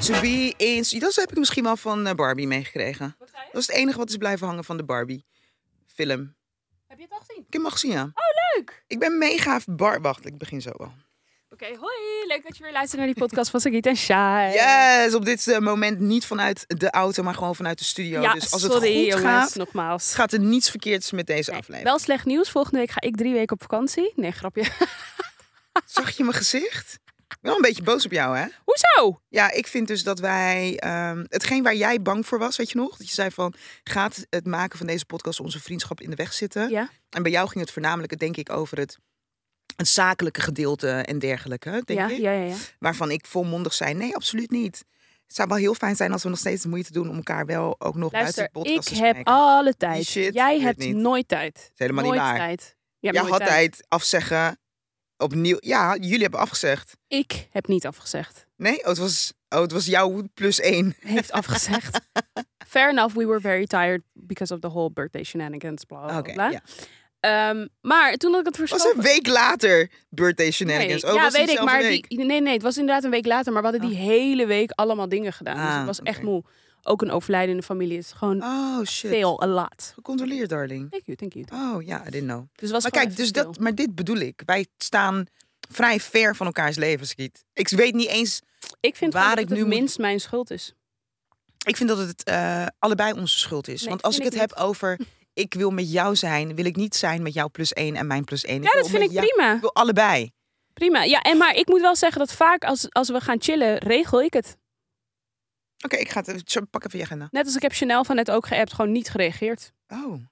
To be eens. Dat heb ik misschien wel van eh, Barbie meegekregen. Wat zei je? Dat is het enige wat is blijven hangen van de Barbie-film. Heb je het al gezien? Ik heb hem al gezien, ja. Leuk! Ik ben mega bar... Wacht, ik begin zo al. Oké, hoi! Leuk dat je weer luistert naar die podcast van Sagit en Shai. Yes, op dit eh, moment niet vanuit de auto, maar gewoon vanuit de studio. Ja, dus als sorry het goed jongens, gaat, nogmaals. gaat er niets verkeerds met deze Nee, aflevering. wel slecht nieuws. Volgende week ga ik drie weken op vakantie. Nee, grapje. Zag je mijn gezicht? Ik ben wel een beetje boos op jou, hè? Hoezo? Ja, ik vind dus dat wij... ehm, hetgeen waar jij bang voor was, weet je nog? Dat je zei van, gaat het maken van deze podcast onze vriendschap in de weg zitten? Ja. En bij jou ging het voornamelijk, denk ik, over het, het zakelijke gedeelte en dergelijke, denk ja, ik. ja, ja, ja. Waarvan ik volmondig zei, nee, absoluut niet. Het zou wel heel fijn zijn als we nog steeds de moeite doen om elkaar wel ook nog buiten Luister, de podcast te ik heb spreken. alle tijd. shit Jij gebeurt hebt niet. nooit tijd. Dat is helemaal niet nooit waar. Tijd. Je hebt Ja, nooit had tijd. tijd afzeggen. Opnieuw. Ja, jullie hebben afgezegd. Ik heb niet afgezegd. Nee, oh, het was, oh, het was jouw plus één. Heeft afgezegd. Fair enough, we were very tired because of the whole birthday shenanigans, bla bla bla. Oké. bla. ja. Ehm, maar toen had ik het Het was verschoven... een week later birthday shenanigans. Nee, oh, ja, was weet ik, diezelfde maar week. Oh. Die, nee, nee, het was inderdaad een week later, maar we hadden die hele week allemaal dingen gedaan. dus Ah, ik was echt oké. moe. Ook een overlijdende familie is gewoon Oh shit. veel, a lot. Gecontroleerd, darling. Thank you, thank you. Dus Oh ja, I didn't know. het was Maar gewoon kijk, dus even dat, veel. maar dit bedoel ik. Wij staan vrij ver van elkaars levens, Kiet. Ik weet niet eens. Ik vind waar gewoon ik dat het nu moet- minst mijn schuld is. Ik vind dat het eh, allebei onze schuld is. Nee, Want als ik vind het ik heb over ik wil met jou zijn, wil ik niet zijn met jou plus één en mijn plus één. Ja, wil dat vind met ik jou- prima. Ik wil allebei. Prima. Ja, en maar ik moet wel zeggen dat vaak als, als we gaan chillen, regel ik het. Oké, ik ga het even, zo, pak even je agenda. Net als ik heb Chanel van net ook geappt, gewoon niet gereageerd. Oh.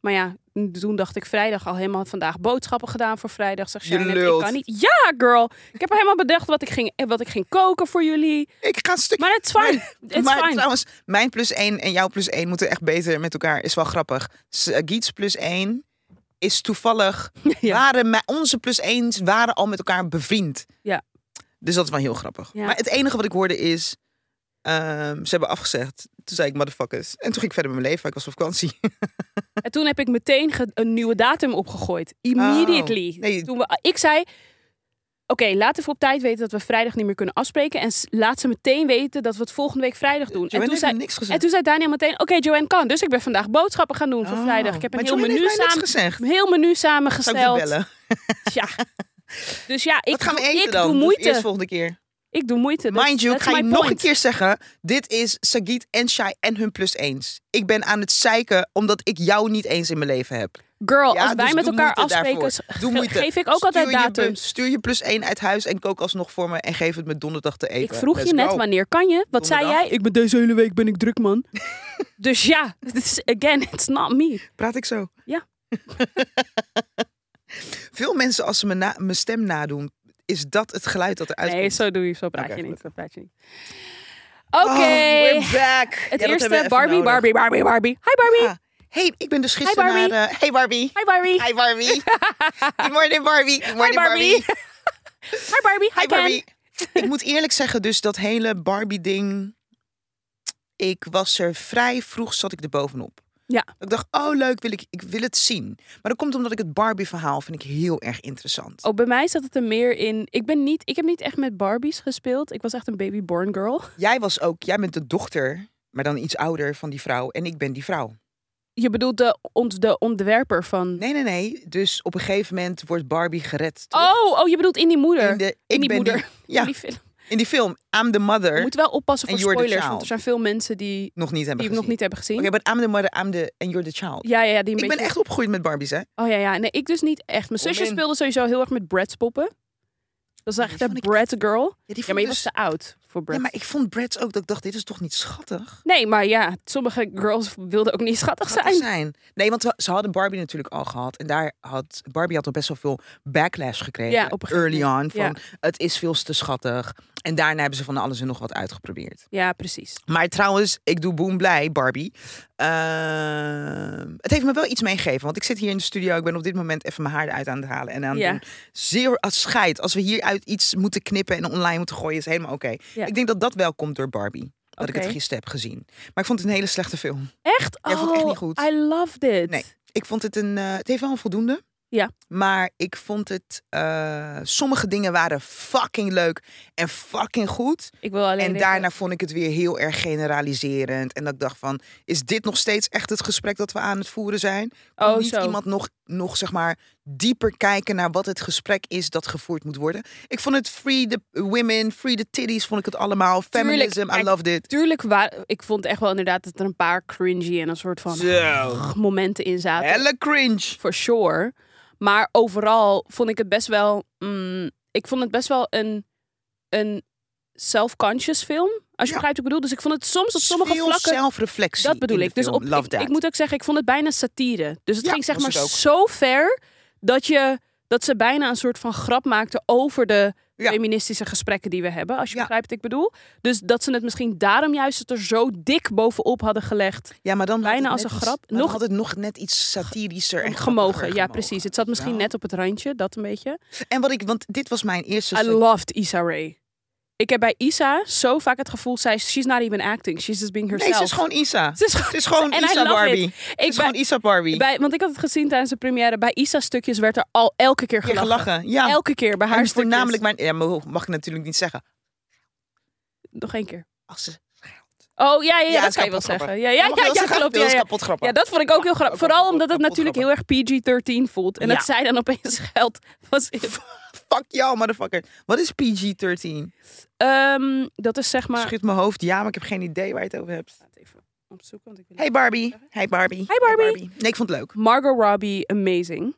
Maar ja, toen dacht ik vrijdag al helemaal vandaag boodschappen gedaan voor vrijdag. Zeg Je Sharon, net, ik lult. kan niet. Ja, girl. Ik heb helemaal bedacht wat ik ging, wat ik ging koken voor jullie. Ik ga een stukje. Maar het is fijn. Het is maar fijn. trouwens, mijn plus één en jouw plus één moeten echt beter met elkaar. Is wel grappig. S- eh, Giets plus één is toevallig. Ja. Waren, mij- onze plus ééns waren al met elkaar bevriend. Ja. Dus dat is wel heel grappig. Ja. Maar het enige wat ik hoorde is. ehm, ze hebben afgezegd. Toen zei ik motherfuckers. En toen ging ik verder met mijn leven. Ik was op vakantie. En toen heb ik meteen ge- een nieuwe datum opgegooid. Immediately. Oh, nee. Toen we, ik zei, oké, laat even op tijd weten dat we vrijdag niet meer kunnen afspreken. En s- laat ze meteen weten dat we het volgende week vrijdag doen. Joanne en, toen heeft zei, me niks gezegd. en toen zei Daniel meteen, oké, Joanne kan. Dus ik ben vandaag boodschappen gaan doen voor Oh, vrijdag. Ik heb een maar heel Joanne menu, heeft mij niks samen, gezegd. een heel menu Zou ik samengesteld. je bellen? Ja. Dus ja, ik, Wat gaan we doe, eten ik dan? doe Doe het moeite. Eerst volgende keer. Ik doe moeite. That's- Mind you, ik that's ga je my nog een point. keer zeggen. Dit is Sagit en Shai en hun plus eens. Ik ben aan het zeiken omdat ik jou niet eens in mijn leven heb. Girl, Ja, Oh, als wij dus met doe elkaar moeite daarvoor. afspreken, Doe ge- moeite. geef ik ook altijd Stuur je pu- datums. stuur je plus één uit huis en kook alsnog voor me en geef het me donderdag te eten. Ik vroeg eh, Let's je net go. wanneer kan je? Wat zei Donderdag. jij? Ik ben deze hele week ben ik druk man. dus ja, het is- again, it's not me. Praat ik zo? Ja. Veel mensen als ze me na- mijn stem nadoen, is dat het geluid dat eruit Nee, komt. zo doe je, zo praat Oké, je niet. goed. Zo praat je niet. Oké. Oh, we're back. Het Ja, dat hebben we eerste even Barbie, nodig. Barbie, Barbie, Barbie. Hi Barbie. Ja. Hey, ik ben dus gisteren Barbie. naar... eh, hey Barbie. Hi Barbie. Hi Barbie. Good morning Barbie. Good morning Barbie. Hi Barbie. Hi, Hi Ken. Barbie. Ik moet eerlijk zeggen, dus dat hele Barbie-ding. Ik was er vrij vroeg, zat ik er bovenop. Ja. Ik dacht, oh leuk, wil ik, ik wil het zien. Maar dat komt omdat ik het Barbie-verhaal vind ik heel erg interessant. Oh, bij mij zat het er meer in. Ik ben niet, ik heb niet echt met Barbies gespeeld. Ik was echt een baby born girl. Jij was ook, jij bent de dochter, maar dan iets ouder van die vrouw. En ik ben die vrouw. Je bedoelt de, ont, de ontwerper van. Nee, nee, nee. Dus op een gegeven moment wordt Barbie gered. toch? Oh, oh, je bedoelt in die moeder. in de, ik die ben moeder. Die, ja, Die film. in die film. I'm the mother. We moeten wel oppassen En voor You're the spoilers, Child. want er zijn veel mensen die nog niet hebben die we nog gezien. niet hebben gezien. Oké, but I'm the mother, I'm the... And you're the child. Ja, ja, ja, die ik een ben beetje... echt opgegroeid met Barbies, hè? Oh ja, ja. Nee, ik dus niet echt. Mijn Kom zusje in. speelde sowieso heel erg met Brad's poppen. Dat was echt die een vond ik Brad girl. Ja, die dus- Ja, maar je was te oud voor Brad. Ja, maar ik vond Brads ook dat ik dacht, dit is toch niet schattig? Nee, maar ja, sommige girls wilden ook niet schattig Schattig zijn. zijn. Nee, want we- ze hadden Barbie natuurlijk al gehad. En daar had Barbie had al best wel veel backlash gekregen. Ja, op een gegeven early on. moment, Van ja. het is veel te schattig. En daarna hebben ze van alles en nog wat uitgeprobeerd. Ja, precies. Maar trouwens, ik doe boem blij, Barbie. Ehm, het heeft me wel iets meegegeven. Want ik zit hier in de studio. Ik ben op dit moment even mijn haar uit aan het halen. En aan het Ja. doen. Zeer als scheid. Als we hieruit iets moeten knippen en online moeten gooien, is helemaal oké. Ja. Ik denk dat dat wel komt door Barbie. Dat ik Oké. het gisteren heb gezien. Maar ik vond het een hele slechte film. Echt? Ja, oh, vond ik echt niet goed. I love it. Nee. Ik vond het een. eh, het heeft wel een voldoende. Ja. Maar ik vond het... eh, sommige dingen waren fucking leuk en fucking goed. Ik wil alleen. En even- daarna vond ik het weer heel erg generaliserend. En dat ik dacht van, is dit nog steeds echt het gesprek dat we aan het voeren zijn? Kan Oh, niet zo. iemand nog, nog, zeg maar, dieper kijken naar wat het gesprek is dat gevoerd moet worden? Ik vond het free the women, free the titties, vond ik het allemaal. Tuurlijk, Feminism, I kijk, loved it. Tuurlijk, wa- ik vond echt wel inderdaad dat er een paar cringy en een soort van Zo, momenten in zaten. helle cringe. For sure. Maar overal vond ik het best wel. mm, ik vond het best wel een, een self-conscious film. Als je Ja. begrijpt wat ik bedoel. Dus ik vond het soms op sommige Veel vlakken. zelfreflectie Dat bedoel in de ik. Dus film. op, Love ik, that. ik moet ook zeggen, ik vond het bijna satire. Dus het Ja, ging zeg was maar het ook. zo ver dat, je, dat ze bijna een soort van grap maakten over de Ja. feministische gesprekken die we hebben. Als je Ja. begrijpt wat ik bedoel. Dus dat ze het misschien daarom juist het er zo dik bovenop hadden gelegd. ja, maar dan had bijna het als net een iets- grap. maar Nog- Dan had het nog net iets satirischer en Gemogen, grappiger ja gemogen. precies. Het zat misschien Ja. net op het randje, dat een beetje. En wat ik, want dit was mijn eerste... I loved Issa Rae. Ik heb bij Isa zo vaak het gevoel, zij, she's not even acting, she's just being herself. nee, ze is gewoon Isa. Ze is gewoon- Het is gewoon En I Isa love it. Barbie. Ik Het is ben- gewoon Isa Barbie. bij, want ik had het gezien tijdens de première. Bij Isa-stukjes werd er al elke keer Ja, gelachen. gelachen. Ja. Elke keer bij haar en stukjes. voornamelijk mijn... Ja, maar mag ik natuurlijk niet zeggen. Nog één keer. Als ze... Oh, ja, ja, ja, Ja, dat is kan je wel kapot grappig. zeggen. Ja, ja, Mag ja, ik wel ja, zeggen? klopt. Dat Ja, is ja. kapot grappig. ja, dat vond ik ook heel kapot, grappig. Vooral omdat het kapot natuurlijk heel erg PG-13 voelt. En dat Ja. zij dan opeens geld was. Fuck jou, motherfucker. Wat is PG-13? Ehm, dat is zeg maar... Schudt mijn hoofd. Ja, maar ik heb geen idee waar je het over hebt. Laat even opzoeken, want ik wil- Hey Barbie. Hey Barbie. Hi, Barbie. Nee, ik vond het leuk. Margot Robbie, amazing.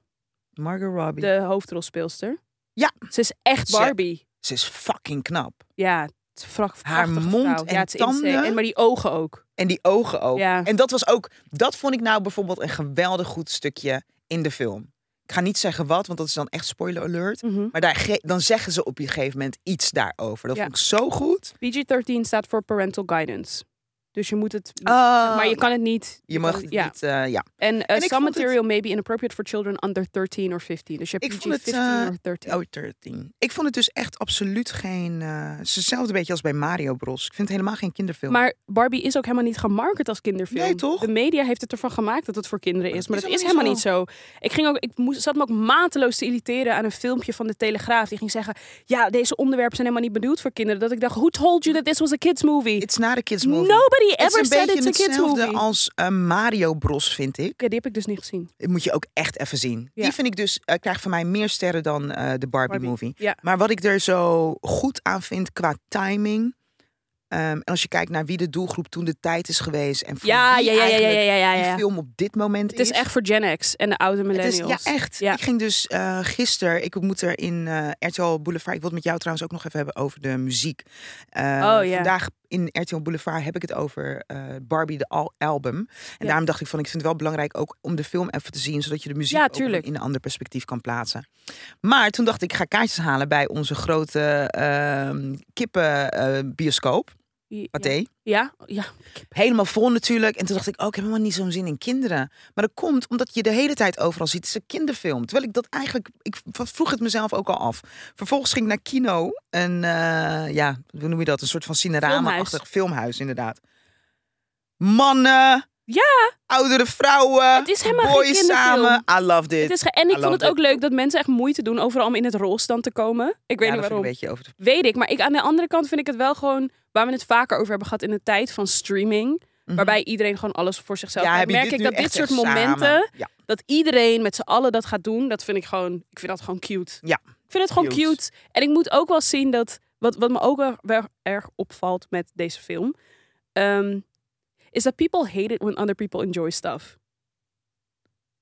Margot Robbie. De hoofdrolspeelster. Ja. Ze is echt Ze- Barbie. Ze is fucking knap. Ja, het is vrak- Haar prachtige mond vrouw. en ja, het is insane. tanden. En maar die ogen ook. En die ogen ook. Ja. En dat was ook... Dat vond ik nou bijvoorbeeld een geweldig goed stukje in de film. Ik ga niet zeggen wat, want dat is dan echt spoiler alert. Mhm. Maar daar, ge- dan zeggen ze op een gegeven moment iets daarover. Dat Ja. vond ik zo goed. PG-13 staat voor parental guidance. Dus je moet het... maar je kan het niet... Oh. Ah, Je mag kan- het ja. niet, eh, ja. En uh, ik some vond het- material may be inappropriate for children under 13 or 15. Dus je hebt Ik vond het, PG-15 eh, or 13. Oh, 13. Ik vond het dus echt absoluut geen... eh, het is hetzelfde beetje als bij Mario Bros. Ik vind het helemaal geen kinderfilm. Maar Barbie is ook helemaal niet gemarket als kinderfilm. Nee, toch? De media heeft het ervan gemaakt dat het voor kinderen is. Maar dat is helemaal helemaal niet zo. Ik, ging ook, ik moest, zat me ook mateloos te irriteren aan een filmpje van de Telegraaf. Die ging zeggen, ja, deze onderwerpen zijn helemaal niet bedoeld voor kinderen. Dat ik dacht, who told you that this was a kids movie? It's not a kids movie. Nobody het ever is een said beetje it's a kids hetzelfde movie. als eh, Mario Bros, vind ik. Oké, die heb ik dus niet gezien. Dat moet je ook echt even zien. Ja. Die vind ik dus, eh, krijgt van mij meer sterren dan eh, de Barbie, Barbie. movie. Ja. Maar wat ik er zo goed aan vind qua timing... ehm, en als je kijkt naar wie de doelgroep toen de tijd is geweest... en voor Ja, wie ja, ja, ja, ja, eigenlijk ja, ja, die ja. film op dit moment Het is echt voor Gen X en de oude Het is- millennials. ja, echt. Ja. Ik ging dus eh gisteren, ik moet er in eh RTL Boulevard, ik wil het met jou trouwens ook nog even hebben over de muziek. Eh, Oh, ja. Vandaag in RTL Boulevard heb ik het over eh, Barbie, de al album. En Ja. daarom dacht ik van, ik vind het wel belangrijk ook om de film even te zien, zodat je de muziek Ja, ook tuurlijk. in een ander perspectief kan plaatsen. Maar toen dacht ik, ik ga kaartjes halen bij onze grote ehm kippenbioscoop, Pathé. Ja, ja. Helemaal vol natuurlijk. En toen dacht ik, oh, ik heb helemaal niet zo'n zin in kinderen. Maar dat komt omdat je de hele tijd overal ziet. Het is een kinderfilm. Terwijl ik dat eigenlijk... Ik v- vroeg het mezelf ook al af. Vervolgens ging ik naar Kino. Een, eh, ja, hoe noem je dat? Een soort van cinerama-achtig filmhuis. inderdaad. Mannen. Ja. Oudere vrouwen. Het is helemaal geen boys kinderfilm. samen. I love this. Het is ge- en ik I vond love het ook leuk dat mensen echt moeite doen overal om in het roze dan te komen. Ik weet ja, dat niet vind ik waarom. een beetje over de... Weet ik, maar ik, aan de andere kant vind ik het wel gewoon... waar we het vaker over hebben gehad in de tijd van streaming... waarbij iedereen gewoon alles voor zichzelf... Mhm. Ja, doet. heb je merk dit ik nu dat dit echt soort echt samen? momenten... Ja. dat iedereen met z'n allen dat gaat doen... dat vind ik gewoon... Ik vind dat gewoon cute. Ja. Ik vind het gewoon cute. Cute. En ik moet ook wel zien dat... wat, wat me ook wel, wel erg opvalt met deze film... ehm, is dat people hate it when other people enjoy stuff.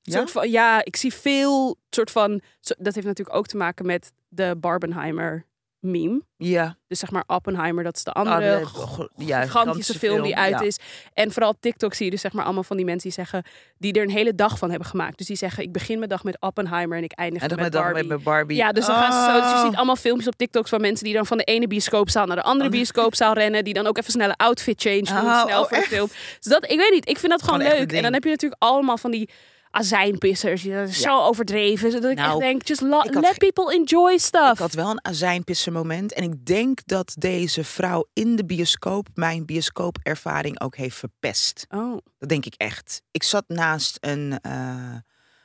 Ja? Soort van, ja, ik zie veel soort van. zo- Dat heeft natuurlijk ook te maken met de Barbenheimer meme. Ja. Oh, Dus Dus zeg maar Oppenheimer, dat is de Ah, andere gigantische film die uit is. En vooral op TikTok zie je dus zeg maar allemaal van die mensen die zeggen die er een hele dag van hebben gemaakt. Dus die zeggen ik begin mijn dag met Oppenheimer en ik eindig En dan met met, dan Barbie. met Barbie. Ja, dus dan gaan ze zo. Dus je Oh. ziet allemaal filmpjes op TikToks van mensen die dan van de ene bioscoopzaal naar de andere bioscoopzaal rennen. Die dan ook even snelle outfit change doen. Oh, snel oh, voor de echt? film. Dus dat, ik weet niet, ik vind dat gewoon, Gewoon echt leuk. een En dan ding. heb je natuurlijk allemaal van die azijnpissers. Die, dat is zo overdreven. Zodat ik Nou, echt denk, just la- ik had let ge- people enjoy Ik stuff. had wel een azijnpissen moment. En ik denk dat deze vrouw in de bioscoop mijn bioscoopervaring ook heeft verpest. Oh, Dat denk ik echt. Ik zat naast een, eh,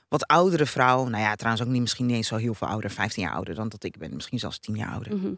wat oudere vrouw. Nou ja, trouwens ook niet, misschien niet eens zo heel veel ouder. 15 jaar ouder dan dat ik ben. Misschien zelfs 10 jaar ouder. Mhm.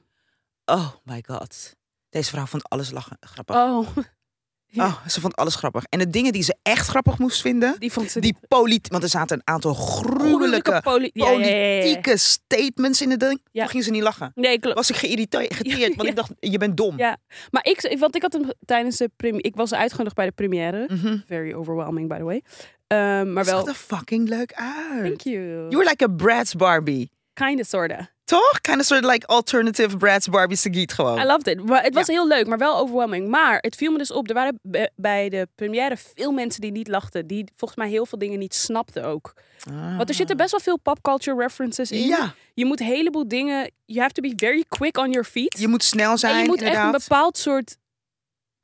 Oh my god. Deze vrouw vond alles lachen, grappig. Oh, ja. Oh, ze vond alles grappig. En de dingen die ze echt grappig moest vinden. die vond ze Die politie. Want er zaten een aantal gruwelijke poli- ja, ja, ja, ja, ja. politieke statements in het ding. Ja. Toen ging ze niet lachen. Nee, klopt. Was ik geïrriteerd, geteerd, want Ja. ik dacht, je bent dom. Ja. Maar ik, want ik had hem tijdens de première. Ik was uitgenodigd bij de première. Mhm. Very overwhelming, by the way. Ehm, maar Het wel. zag er fucking leuk uit. Thank you. You were like a Bratz Barbie. Kinda, sorta. Toch? Kind of soort like alternative Bratz Barbie Sagiet gewoon. I loved it. Maar het was heel leuk, maar wel overwhelming. Maar het viel me dus op. Er waren be- bij de première veel mensen die niet lachten. Die volgens mij heel veel dingen niet snapten ook. Ah. Want er zitten best wel veel pop culture references in. Ja. Je moet een heleboel dingen... You have to be very quick on your feet. Je moet snel zijn, en je moet echt inderdaad. een bepaald soort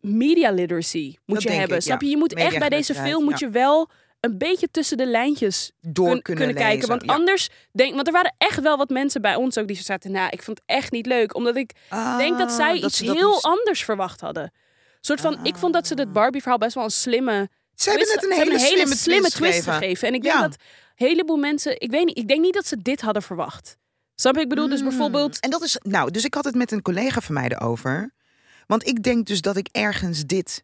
media literacy moet Dat je denk hebben. ik, Snap ja. je? Je moet echt bij deze Mediageletterdheid, film moet je wel een beetje tussen de lijntjes Door kun- kunnen, kijken. lezen. Want Ja. anders denk, want er waren echt wel wat mensen bij ons ook die zo zaten. Nou, ik vond het echt niet leuk, omdat ik Ah, denk dat zij iets ze dat heel niet- anders verwacht hadden. Een soort van, ik vond dat ze dat Barbie-verhaal best wel een slimme, Ze hebben net twist- een ze hele, hebben slimme, twist, gegeven. gegeven. En ik denk Ja. dat een heleboel mensen, ik weet niet, ik denk niet dat ze dit hadden verwacht. Snap je? Ik bedoel, dus Mm. bijvoorbeeld, En dat is. Nou, dus ik had het met een collega van mij erover. Want ik denk dus dat ik ergens dit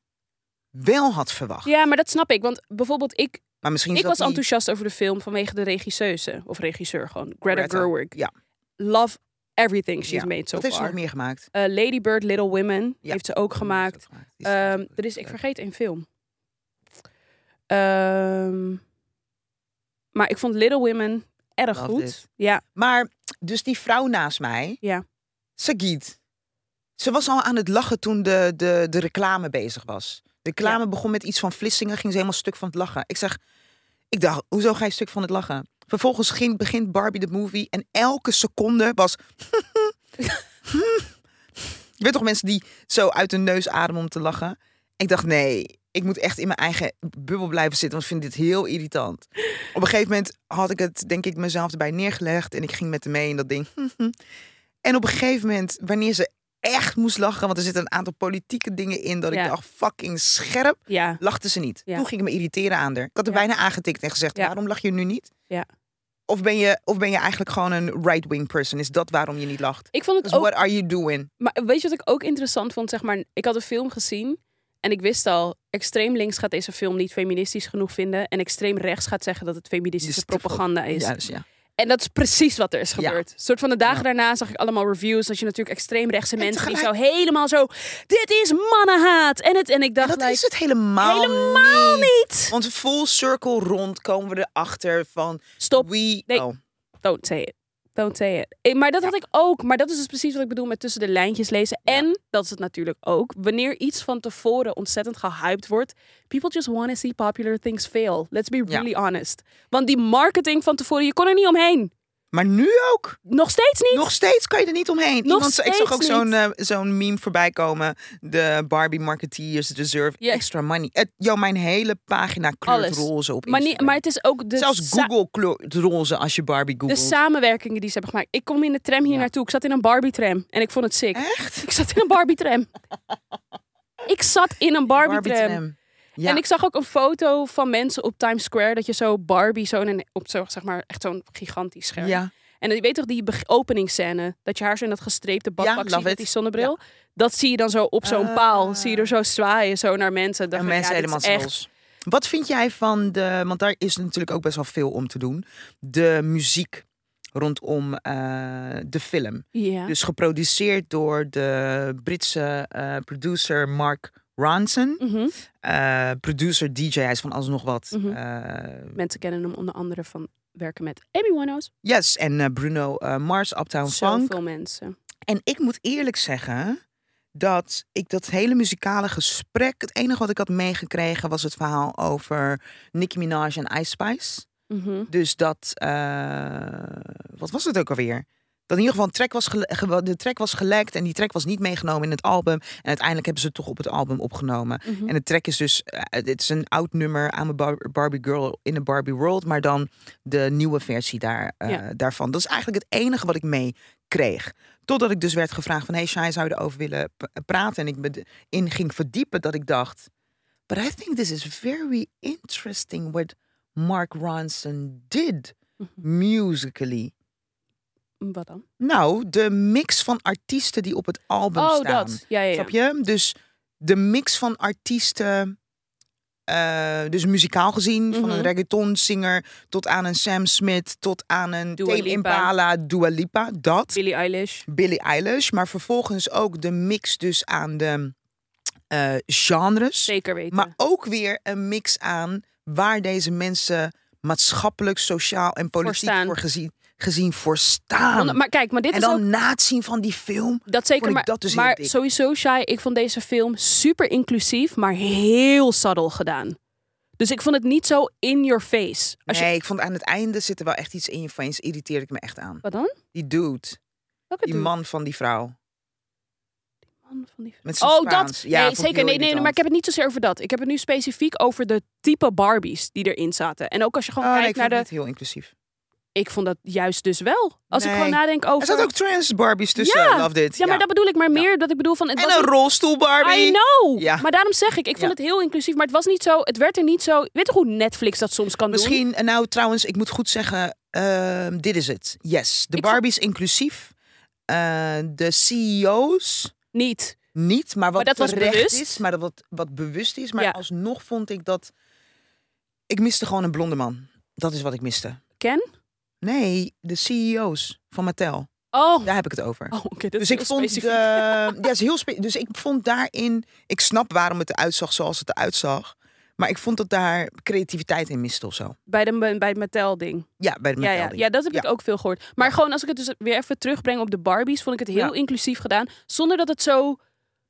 wel had verwacht. ja, maar dat snap ik, want bijvoorbeeld ik, Maar misschien is ik was dat die- enthousiast over de film vanwege de regisseuse of regisseur gewoon, Greta, Greta, Gerwig. ja. Love everything she's Ja, made so Wat heeft ze far. nog meer gemaakt? Eh, Lady Bird, Little Women Ja. Oh, heeft ze ook gemaakt. Die is ook Ehm, leuk. er is, ik vergeet een film. Ehm, maar ik vond Little Women erg Love goed. it. Ja, Maar dus die vrouw naast mij, Ja. Sagit. Ze was al aan het lachen toen de, de, de reclame bezig was. De reclame begon met iets van Vlissingen, ging ze helemaal stuk van het lachen. Ik zeg, ik dacht, hoezo ga je stuk van het lachen? Vervolgens ging, begint Barbie de movie en elke seconde was... Je weet toch mensen die zo uit hun neus ademen om te lachen? Ik dacht, nee, ik moet echt in mijn eigen bubbel blijven zitten, want ik vind dit heel irritant. Op een gegeven moment had ik het, denk ik, mezelf erbij neergelegd. En ik ging met hem mee in dat ding. en op een gegeven moment, wanneer ze echt moest lachen... want er zitten een aantal politieke dingen in... dat Ja. ik dacht, fucking scherp, ja. lachte ze niet. Ja. Toen ging ik me irriteren aan haar. Ik had er Ja. bijna aangetikt en gezegd, Ja. waarom lach je nu niet? Ja. Of ben, je, of ben je eigenlijk gewoon een right-wing person? Is dat waarom je niet lacht? Ik vond het Dus ook. what are you doing? Maar weet je wat ik ook interessant vond? Zeg maar, ik had een film gezien en ik wist al, extreem links gaat deze film niet feministisch genoeg vinden en extreem rechts gaat zeggen dat het feministische Is te veel. propaganda is. Juist, ja. En dat is precies wat er is Ja. gebeurd. Een soort van de dagen Ja. daarna zag ik allemaal reviews. Dat je natuurlijk extreemrechtse En mensen die zo tegelijk- helemaal zo. Dit is mannenhaat. En, het, en ik dacht, Dat like, is het helemaal, helemaal niet. Want full circle rond komen we erachter van... Stop. We... Nee. Oh, Don't say it. Don't say it. Ik- Maar dat had ik ook. Maar dat is dus precies wat ik bedoel met tussen de lijntjes lezen. Ja. En dat is het natuurlijk ook. Wanneer iets van tevoren ontzettend gehyped wordt. People just want to see popular things fail. Let's be Ja. really honest. Want die marketing van tevoren, je kon er niet omheen. maar nu ook. Nog steeds niet. Nog steeds kan je er niet omheen. Nog Iemand, ik zag ook steeds zo'n niet. eh, zo'n meme voorbij komen. De Barbie marketeers deserve Ja. extra money. Het, yo, mijn hele pagina kleurt Alles. roze op Maar, niet, Instagram. maar het is ook de Zelfs sa- Google kleurt roze als je Barbie de googelt. samenwerkingen die ze hebben gemaakt. Ik kom in de tram hier Ja. naartoe. Ik zat in een Barbie tram en ik vond het sick. Echt? Ik zat in een Barbie tram. ik zat in een Barbie, tram. Tram. Ja. En ik zag ook een foto van mensen op Times Square dat je zo Barbie zo in een, op zo zeg maar echt zo'n gigantisch scherm. ja. En je weet toch die beg- openingsscène dat je haar zo in dat gestreepte Ja, badpak love ziet met it. die zonnebril. Dat zie je dan zo op zo'n Ah. paal. Zie je er zo zwaaien zo naar mensen. Dan En denk ik, mensen ja, dit helemaal is echt zelfs. Wat vind jij van de... Want daar is natuurlijk ook best wel veel om te doen. De muziek rondom eh, de film. Ja. Dus geproduceerd door de Britse eh, producer Mark Ronson. Mhm. eh, producer, DJ, hij is van alles nog wat. Mhm. Eh, Mensen kennen hem onder andere van werken met Amy Winehouse. yes, en eh, Bruno eh, Mars, Uptown Funk. Zoveel mensen. En ik moet eerlijk zeggen dat ik dat hele muzikale gesprek... Het enige wat ik had meegekregen was het verhaal over Nicki Minaj en Ice Spice. Mhm. Dus dat... eh, wat was het ook alweer? Dat in ieder geval een track was gele- ge- de track was gelekt en die track was niet meegenomen in het album. En uiteindelijk hebben ze het toch op het album opgenomen. Mhm. En de track is dus, eh, het is een oud nummer, aan mijn Barbie Girl in a Barbie World, maar dan de nieuwe versie daar, eh, Ja. daarvan. Dat is eigenlijk het enige wat ik mee kreeg. Totdat ik dus werd gevraagd van, hey Shai, zou je erover willen p- praten? En ik me in ging verdiepen dat ik dacht, but I think this is very interesting what Mark Ronson did Mhm. musically. Wat dan? Nou, de mix van artiesten die op het album oh, staan. dat. Ja, ja, ja. Snap je? Dus de mix van artiesten, eh, dus muzikaal gezien, van een Mhm. reggaetonzinger tot aan een Sam Smith, tot aan een Dua Tame Lipa. Impala, Dua Lipa, dat. Billie Eilish. Billie Eilish, maar vervolgens ook de mix dus aan de eh, genres. Zeker weten. Maar ook weer een mix aan waar deze mensen maatschappelijk, sociaal en politiek staan. voor gezien, gezien voor staan. Want- maar kijk, maar dit en is dan ook... na het zien van die film. Dat zeker, vond ik maar, dat dus heel maar dik. sowieso, Shai, ik vond deze film super inclusief, maar heel subtle gedaan. Dus ik vond het niet zo in your face. Als je, Nee, ik vond aan het einde zit er wel echt iets in je face. Irriteerde ik me echt aan. wat dan? Die dude, Welke die dude? man van die vrouw. Man van die Met zijn Oh, Spaans. dat. Ja, nee, vond ik zeker. heel Nee, nee, nee, maar ik heb het niet zozeer over dat. Ik heb het nu specifiek over de type Barbies die erin zaten. En ook als je gewoon Oh, nee, ik kijkt vond naar het de... niet heel inclusief. Ik vond dat juist dus wel. Als ik Nee. gewoon nadenk Er over... zat ook trans Barbies tussen. Ja. Love dit. Ja, maar dat bedoel ik maar meer. Dat ik bedoel van... Het En was een rolstoel Barbie. I know. Ja. Maar daarom zeg ik, ik vond Ja. het heel inclusief. Maar het was niet zo, het werd er niet zo... Weet toch hoe Netflix dat soms kan doen? Misschien, nou trouwens, ik moet goed zeggen, ehm, dit is het. Yes, de Ik vond- Barbies inclusief. Eh, de CEO's Niet. niet, maar wat Maar dat was terecht bewust. is, maar dat wat, wat bewust is. Maar Ja. alsnog vond ik dat, ik miste gewoon een blonde man. Dat is wat ik miste. Ken? Nee, de CEO's van Mattel. Oh, Daar heb ik het over. oh oké. dat is Dus ik heel vond, specifiek. eh, ja, is heel spe- dus ik vond daarin, ik snap waarom het eruit zag zoals het eruit zag. Maar ik vond dat daar creativiteit in miste of zo. Bij, de, bij het Mattel-ding. Ja, bij de Ja, Mattel. ja. ja, dat heb ik ook veel gehoord. Maar gewoon als ik het dus weer even terugbreng op de Barbies, vond ik het heel Ja. inclusief gedaan. Zonder dat het zo,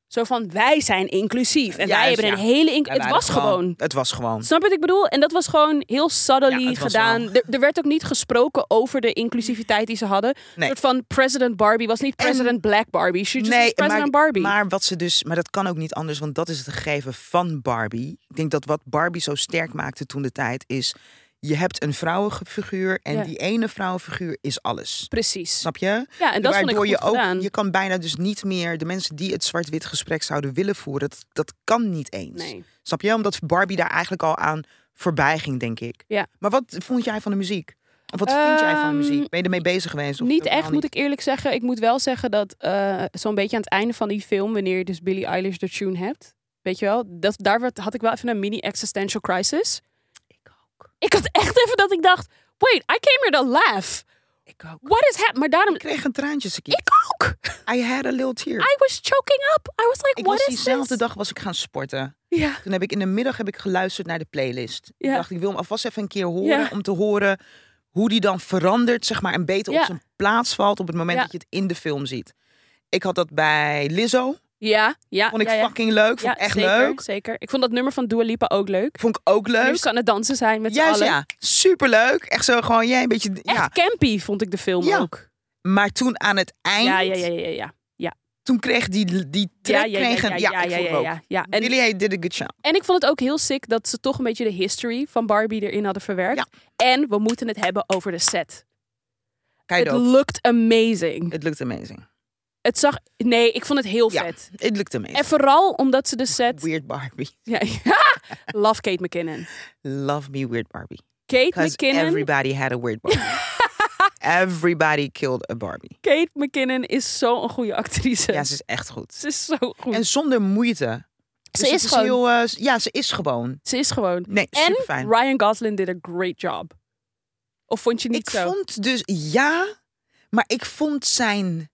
zo van wij zijn inclusief. En wij Juist, hebben een ja. hele. inc- Ja, het wij was hadden gewoon. Het was gewoon. Snap je wat ik bedoel? En dat was gewoon heel subtly Ja, het was gedaan. Er, er werd ook niet gesproken over de inclusiviteit die ze hadden. Nee. Een soort van President Barbie was niet En- President Black Barbie. She just was President maar, Barbie. maar wat ze dus, maar dat kan ook niet anders, want dat is het gegeven van Barbie. Ik denk dat wat Barbie zo sterk maakte toen de tijd is, je hebt een vrouwenfiguur en Ja. die ene vrouwenfiguur is alles. Precies. Snap je? Ja, en dat vond ik Waardoor goed je ook, gedaan. je kan bijna dus niet meer de mensen die het zwart-wit gesprek zouden willen voeren, dat, dat kan niet eens. Nee. Snap je? Omdat Barbie daar eigenlijk al aan voorbij ging, denk ik. Ja. Maar wat vond jij van de muziek? Of wat vind jij van de Ehm, muziek? Ben je ermee bezig geweest? Of Niet helemaal echt, moet ik eerlijk zeggen. Ik moet wel zeggen dat eh, zo'n beetje aan het einde van die film, wanneer je dus Billie Eilish de tune hebt, weet je wel, dat, daar werd, had ik wel even een mini-existential crisis. Ik ook. Ik had echt even dat ik dacht, wait, I came here to laugh. Ik ook. What is happening? Maar daarom, Ik kreeg een traantje, Siki. ik ook. I had a little tear. I was choking up. I was like, ik what was is diezelfde this? dag was ik gaan sporten. Ja, Toen heb ik in de middag heb ik geluisterd naar de playlist. Ja. Ik dacht, ik wil hem alvast even een keer horen Ja. om te horen hoe die dan verandert, zeg maar, en beter Ja. op zijn plaats valt op het moment Ja. dat je het in de film ziet. Ik had dat bij Lizzo. ja, ja. Vond ik ja, ja. fucking leuk. Vond Ja, ik echt zeker, leuk. Zeker. Ik vond dat nummer van Dua Lipa ook leuk. Vond ik ook Nu leuk. ze aan het dansen zijn met z'n Juist, allen. ja. Superleuk. Echt zo gewoon, jij een beetje... Echt Ja. campy vond ik de film Ja. ook. Maar toen aan het eind, Ja, ja, ja, ja, ja. toen kreeg die, die track... ja, kreeg ja, een- ja, ja, ik ja, vond ja, hem ook. ja, ja. En, Billie did a good job. en ik vond het ook heel sick dat ze toch een beetje de history van Barbie erin hadden verwerkt. En we moeten het hebben over de set. Kijk, Het looked amazing. het lukt amazing. Het zag... Nee, ik vond het heel Ja. vet. Het lukt amazing. En vooral omdat ze de set... Weird Barbie. Ja, love Kate McKinnon. Love me Weird Barbie. Kate Because McKinnon, everybody had a weird Barbie. everybody killed a Barbie. Kate McKinnon is zo'n goede actrice. Ja, ze is echt goed. Ze is zo goed. En zonder moeite. Ze het is gewoon- heel, eh, ja, ze is gewoon. Ze is gewoon. Nee, En superfijn. Ryan Gosling did a great job. Of vond je niet Ik zo? vond dus, ja, maar ik vond zijn...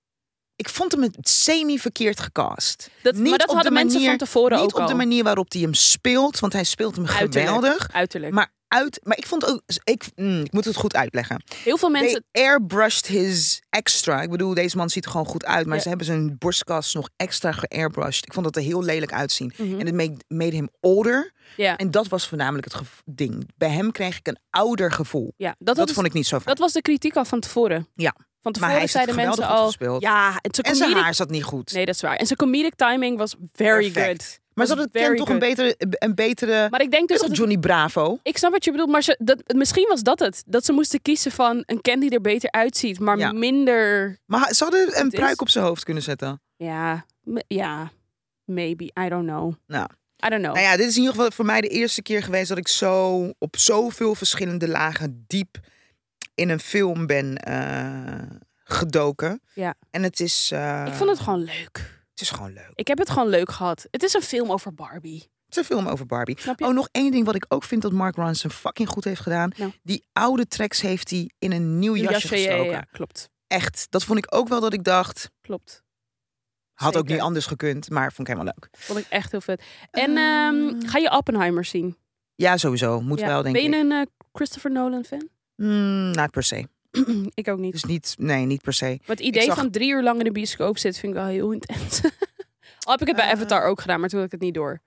Ik vond hem het semi-verkeerd gecast. Dat- maar dat op de hadden mensen manier- van tevoren Niet ook op al. de manier waarop hij hem speelt, want hij speelt hem Uiterlijk. geweldig. Uiterlijk. Maar, uit, maar ik vond ook... Ik, mm, ik moet het goed uitleggen. Heel veel mensen... They airbrushed his extra. Ik bedoel, deze man ziet er gewoon goed uit. Maar Ja. ze hebben zijn borstkas nog extra geairbrushed. Ik vond dat er heel lelijk uitzien. Mhm. En het made, made him older. Ja, En dat was voornamelijk het gev- ding. Bij hem kreeg ik een ouder gevoel. ja. Dat, Dat, was, vond ik niet zo fijn. dat was de kritiek al van tevoren. Ja. Van Maar hij tevoren is het zeiden geweldig mensen goed al... gespeeld. Ja, en zijn en zijn comedic... haar zat niet goed. Nee, dat is waar. En zijn comedic timing was very Perfect. good. maar ze Was hadden het very kent toch een good. betere... Een betere Maar ik denk dus Toch dat... het- Johnny Bravo. Ik snap wat je bedoelt, maar ze, dat, misschien was dat het. Dat ze moesten kiezen van een Ken die er beter uitziet, maar Ja. minder... Maar ha- ze hadden een is- pruik op zijn hoofd kunnen zetten. Ja, m- ja, maybe, I don't know. Nou, I don't know. Nou ja, dit is in ieder geval voor mij de eerste keer geweest dat ik zo op zoveel verschillende lagen diep in een film ben eh, gedoken. Ja. En het is. eh, Ik vond het gewoon leuk. Het is gewoon leuk. Ik heb het gewoon leuk gehad. Het is een film over Barbie. Het is een film over Barbie. Snap je? Oh, nog één ding wat ik ook vind dat Mark Ronson fucking goed heeft gedaan. Nou. Die oude tracks heeft hij in een nieuw Uw jasje, ja, ja, gestoken. ja, klopt. Echt. Dat vond ik ook wel dat ik dacht. Klopt. Had ook Zeker. niet anders gekund, maar vond ik helemaal leuk. Vond ik echt heel vet. En ehm, ga je Oppenheimer zien? Ja, sowieso. Moet Ja. wel, denk ben je ik. een eh, Christopher Nolan fan? Mm, not per se. ik ook niet. Dus niet, nee, niet per se. Maar het idee zag- van drie uur lang in de bioscoop zitten vind ik wel heel intens. Al heb ik het bij Eh. Avatar ook gedaan, maar toen had ik het niet door.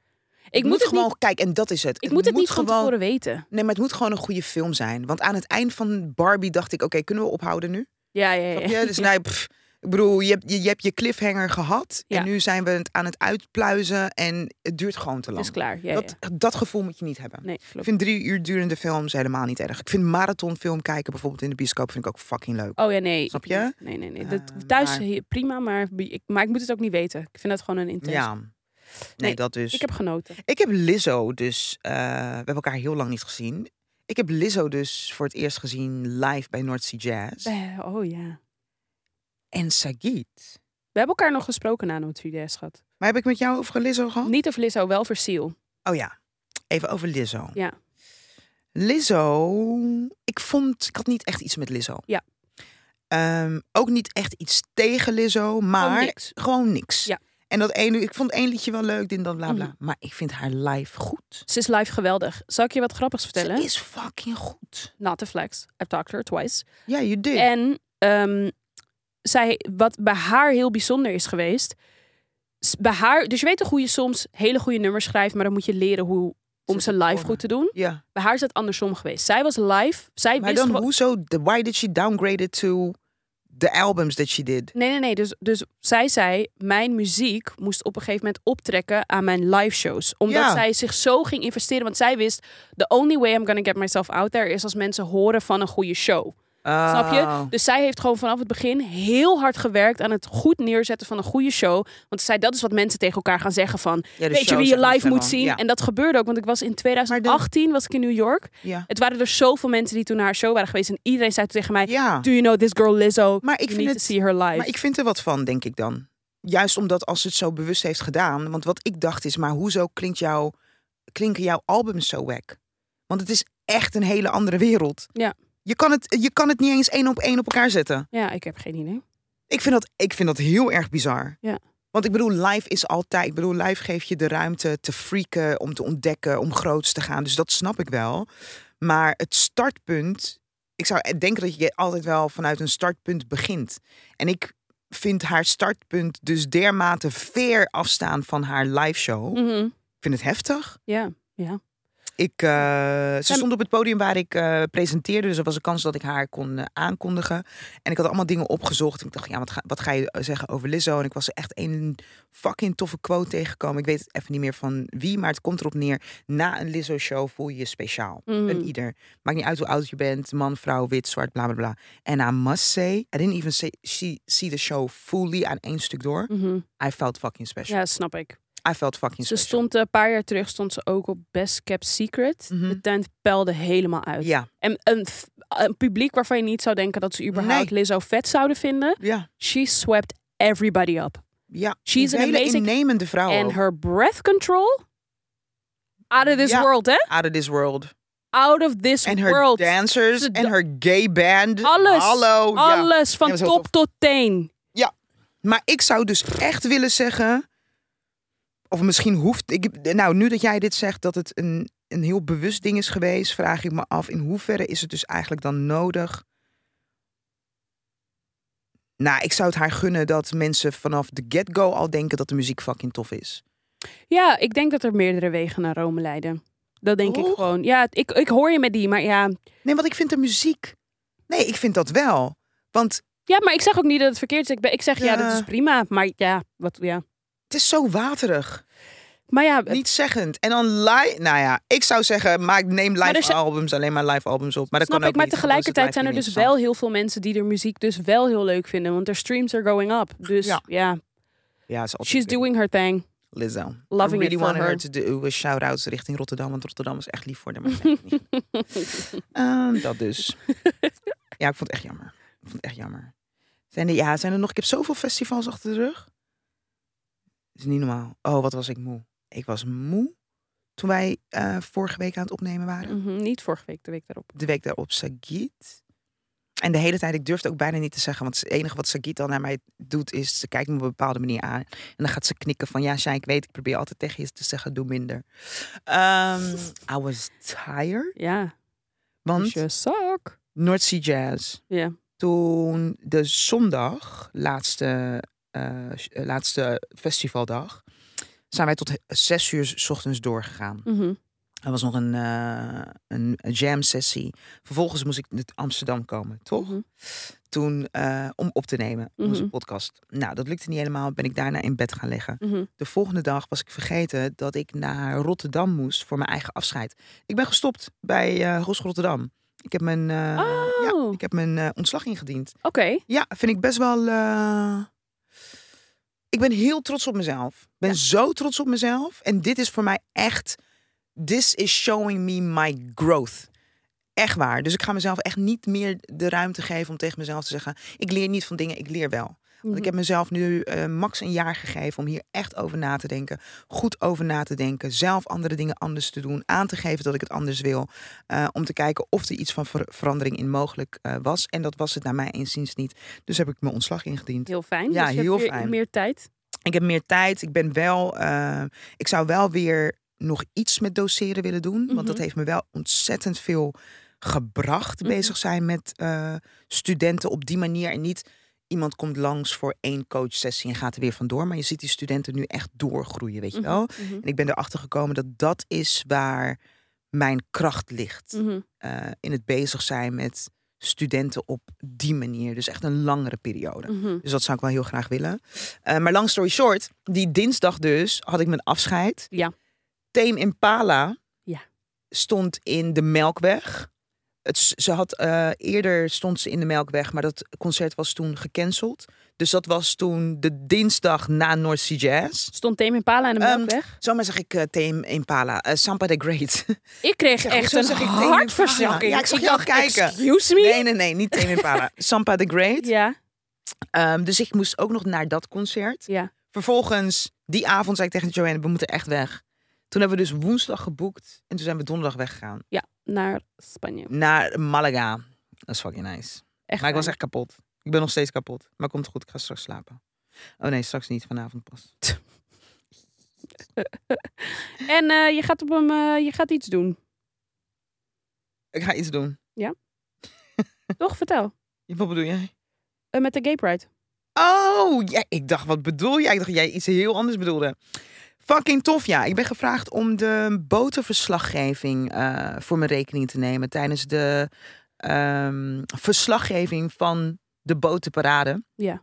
Ik moet, het gewoon, niet, kijk, en dat is het. ik moet het niet van gewoon, tevoren weten. Nee, maar het moet gewoon een goede film zijn. Want aan het eind van Barbie dacht ik, oké, kunnen we ophouden nu? Ja, ja, Snap ja. je? Dus nee, pff, ik bedoel, je hebt je, je hebt je cliffhanger gehad. Ja. En nu zijn we het aan het uitpluizen en het duurt gewoon te Het lang. is klaar. Ja, ja. Dat, dat gevoel moet je niet hebben. Nee, Ik klopt. vind drie uur durende films helemaal niet erg. Ik vind marathonfilm kijken bijvoorbeeld in de bioscoop vind ik ook fucking leuk. Oh ja, nee. Snap ik je? niet. Nee, nee, nee. Dat, Eh, thuis maar- he- prima, maar ik, maar ik moet het ook niet weten. Ik vind dat gewoon een intens. Ja. Nee, Nee, dat dus. Ik heb genoten. Ik heb Lizzo dus... eh, we hebben elkaar heel lang niet gezien. Ik heb Lizzo dus voor het eerst gezien live bij North Sea Jazz. Eh, Oh ja. En Sagitt. We hebben elkaar nog gesproken na Notre Dame, schat. Maar heb ik met jou over Lizzo gehad? Niet over Lizzo, wel voor Seal. Oh ja, even over Lizzo. Ja. Lizzo, ik vond, ik had niet echt iets met Lizzo. Ja. Ehm, ook niet echt iets tegen Lizzo, maar Gewoon niks. gewoon niks. Ja. En dat ene, ik vond één liedje wel leuk, dit en dat, bla bla. Mhm. Maar ik vind haar live goed. Ze is live geweldig. Zal ik je wat grappigs vertellen? Ze is fucking goed. Not a flex. I've talked to her twice. Ja, je did. En ehm, zij, wat bij haar heel bijzonder is geweest. s- Bij haar, dus je weet toch hoe je soms hele goede nummers schrijft, maar dan moet je leren hoe, om Ze ze te live performen. goed te doen. ja. Bij haar is dat andersom geweest. Zij was live. Zij Maar wist dan gewoon- hoezo, the, why did she downgrade it to the albums that she did? Nee, nee, nee. Dus, dus zij zei, mijn muziek moest op een gegeven moment optrekken aan mijn live shows. Omdat Ja. zij zich zo ging investeren. Want zij wist, the only way I'm gonna get myself out there is als mensen horen van een goede show. Snap Oh. je? Dus zij heeft gewoon vanaf het begin heel hard gewerkt aan het goed neerzetten van een goede show. Want zij, dat is wat mensen tegen elkaar gaan zeggen van, Ja, de weet je show wie je zegt live het moet wel. zien? Ja. En dat gebeurde ook, want ik was in 2018 was ik in New York. Ja. Het waren er zoveel mensen die toen naar haar show waren geweest en iedereen zei toen tegen mij, ja. do you know this girl Lizzo? Maar ik you vind need het- to see her live. Maar ik vind er wat van, denk ik dan. Juist omdat als ze het zo bewust heeft gedaan. Want wat ik dacht is, maar hoezo klinkt jouw, klinken jouw albums zo wack? Want het is echt een hele andere wereld. Ja. Je kan het, je kan het niet eens één op één op elkaar zetten. Ja, ik heb geen idee. Ik vind dat, ik vind dat heel erg bizar. Ja. Want ik bedoel, live is altijd. Ik bedoel, live geeft je de ruimte te freaken, om te ontdekken, om groots te gaan. Dus dat snap ik wel. Maar het startpunt. Ik zou denken dat je altijd wel vanuit een startpunt begint. En ik vind haar startpunt dus dermate ver afstaan van haar live show. Mhm. Ik vind het heftig. Ja, ja. Ik, eh, ze stond op het podium waar ik eh, presenteerde. Dus er was een kans dat ik haar kon eh, aankondigen. En ik had allemaal dingen opgezocht. En ik dacht, ja, wat ga, wat ga je eh, zeggen over Lizzo? En ik was echt een fucking toffe quote tegengekomen. Ik weet het even niet meer van wie, maar het komt erop neer. Na een Lizzo-show voel je je speciaal. Mhm. Een ieder. Maakt niet uit hoe oud je bent. Man, vrouw, wit, zwart, bla, bla, bla. En I must say, I didn't even say, see, see the show fully aan één stuk door. Mhm. I felt fucking special. Ja, snap ik. I felt fucking Ze special. stond eh, een paar jaar terug stond ze ook op Best Kept Secret. Mhm. De tent peilde helemaal uit. Ja, En een, f- een publiek waarvan je niet zou denken dat ze überhaupt Lizzo vet zouden vinden. ja, She swept everybody up. ja. She's een an hele amazing- innemende vrouw. En ook. her breath control? Out of this Ja. world, hè? Out of this world. Out of this En her world. dancers Ze en da- her gay band. Alles. Hallo. ja. Alles, van dat is heel top tot teen. Maar ik zou dus echt willen zeggen. Of misschien hoeft. Ik, nou, nu dat jij dit zegt, dat het een, een heel bewust ding is geweest, vraag ik me af in hoeverre is het dus eigenlijk dan nodig. Nou, ik zou het haar gunnen dat mensen vanaf de get-go al denken dat de muziek fucking tof is. Ja, ik denk dat er meerdere wegen naar Rome leiden. Dat denk ik Toch? gewoon. Ja, ik, ik hoor je met die, maar ja. Nee, want ik vind de muziek. Nee, ik vind dat wel. Want Ja, maar ik zeg ook niet dat het verkeerd is. Ik, ben, ik zeg, ja, Ja. dat is prima. Maar ja, wat, ja. het is zo waterig. Maar ja, niet zeggend. En dan live. Nou ja, ik zou zeggen, maak, neem live er zijn- albums, alleen maar live albums op. Maar dat Snap kan ook ik, maar niet, want dan is het tegelijkertijd zijn live er dus niet wel heel veel mensen die de muziek dus wel heel leuk vinden. Want haar streams are going up. Dus ja, Ja. interessant. Ja, is altijd she's weer- doing her thing. Lizzo. Loving I really it for want her. her. to do shout-outs richting Rotterdam. Want Rotterdam is echt lief voor haar. maar dat heb ik niet. Eh, dat dus. Ja, ik vond het echt jammer. Ik vond het echt jammer. Zijn er, ja, zijn er nog... Ik heb zoveel festivals achter de rug. is niet normaal. Oh, wat was ik moe. Ik was moe toen wij eh, vorige week aan het opnemen waren Mhm, niet vorige week, de week daarop. de week daarop Sagit. En de hele tijd, ik durfde ook bijna niet te zeggen. Want het enige wat Sagit dan naar mij doet, is ze kijkt me op een bepaalde manier aan. En dan gaat ze knikken van, ja, Shai, ik weet, ik probeer altijd tegen je te zeggen, doe minder. Ehm, I was tired. Ja, dus Want je zak. North Sea Jazz. Ja. Toen de zondag, laatste, eh, laatste festivaldag, zijn wij tot zes uur 's ochtends doorgegaan. Mhm. Er was nog een, eh, een jam sessie. Vervolgens moest ik naar Amsterdam komen, toch? Mhm. Toen eh, om op te nemen, onze Mhm. podcast. Nou, dat lukte niet helemaal. Ben ik daarna in bed gaan liggen. Mhm. De volgende dag was ik vergeten dat ik naar Rotterdam moest voor mijn eigen afscheid. Ik ben gestopt bij eh Hogeschool Rotterdam. Ik heb mijn, eh, ja, Oh. ik heb mijn eh, ontslag ingediend. Oké. Ja, vind ik best wel. eh, Ik ben heel trots op mezelf. Ik ben zo trots op mezelf. En dit is voor mij echt. This is showing me my growth. Echt waar. Dus ik ga mezelf echt niet meer de ruimte geven om tegen mezelf te zeggen: ik leer niet van dingen, ik leer wel. Want Mhm. ik heb mezelf nu eh, max een jaar gegeven om hier echt over na te denken. Goed over na te denken. Zelf andere dingen anders te doen. Aan te geven dat ik het anders wil. eh, om te kijken of er iets van ver- verandering in mogelijk eh, was. En dat was het naar mijn inziens niet. Dus heb ik mijn ontslag ingediend. Heel fijn. Ja, dus je hebt heel weer fijn. Meer tijd. Ik heb meer tijd. Ik ben wel. eh, ik zou wel weer nog iets met doseren willen doen. Want dat Mhm. heeft me wel ontzettend veel gebracht. Mhm. Bezig zijn met eh, studenten op die manier. En niet iemand komt langs voor één coachsessie en gaat er weer vandoor. Maar je ziet die studenten nu echt doorgroeien, weet je Mhm, wel. mhm, En ik ben erachter gekomen dat dat is waar mijn kracht ligt. mhm. Eh, in het bezig zijn met studenten op die manier. Dus echt een langere periode. Mhm. Dus dat zou ik wel heel graag willen. Eh, maar long story short, die dinsdag dus had ik mijn afscheid. Ja. Tame Impala Ja. stond in de Melkweg. Het, s- ze had, eh, eerder stond ze in de Melkweg, maar dat concert was toen gecanceld. Dus dat was toen de dinsdag na North Sea Jazz. Stond Theme Impala aan de Ehm, melkweg? Zomaar zeg ik eh Tame Impala, eh, Sampa the Great. Ik kreeg zeg- echt zo een zeg ik Tame Impala. hartverzakking. Ja, ik zag je al dacht, kijken. excuse me? nee, nee, nee, niet Tame Impala. Sampa the Great. Ja, Ehm, dus ik moest ook nog naar dat concert. ja. Vervolgens, die avond zei ik tegen Joanne, we moeten echt weg. Toen hebben we dus woensdag geboekt en toen zijn we donderdag weggegaan. Naar Spanje. Naar Malaga. Dat is fucking nice. Echt maar ik was echt fijn. kapot. Ik ben nog steeds kapot. Maar komt goed, ik ga straks slapen. Oh nee, straks niet, vanavond pas. En eh, je, gaat op hem, eh, je gaat iets doen. Ik ga iets doen. Toch? Vertel. Wat bedoel jij? Eh, met de Gay Pride. Oh, ja, ik dacht, wat bedoel jij? Ik dacht dat jij iets heel anders bedoelde. Fucking tof, ja. Ik ben gevraagd om de botenverslaggeving eh, voor mijn rekening te nemen tijdens de ehm, verslaggeving van de botenparade. Ja.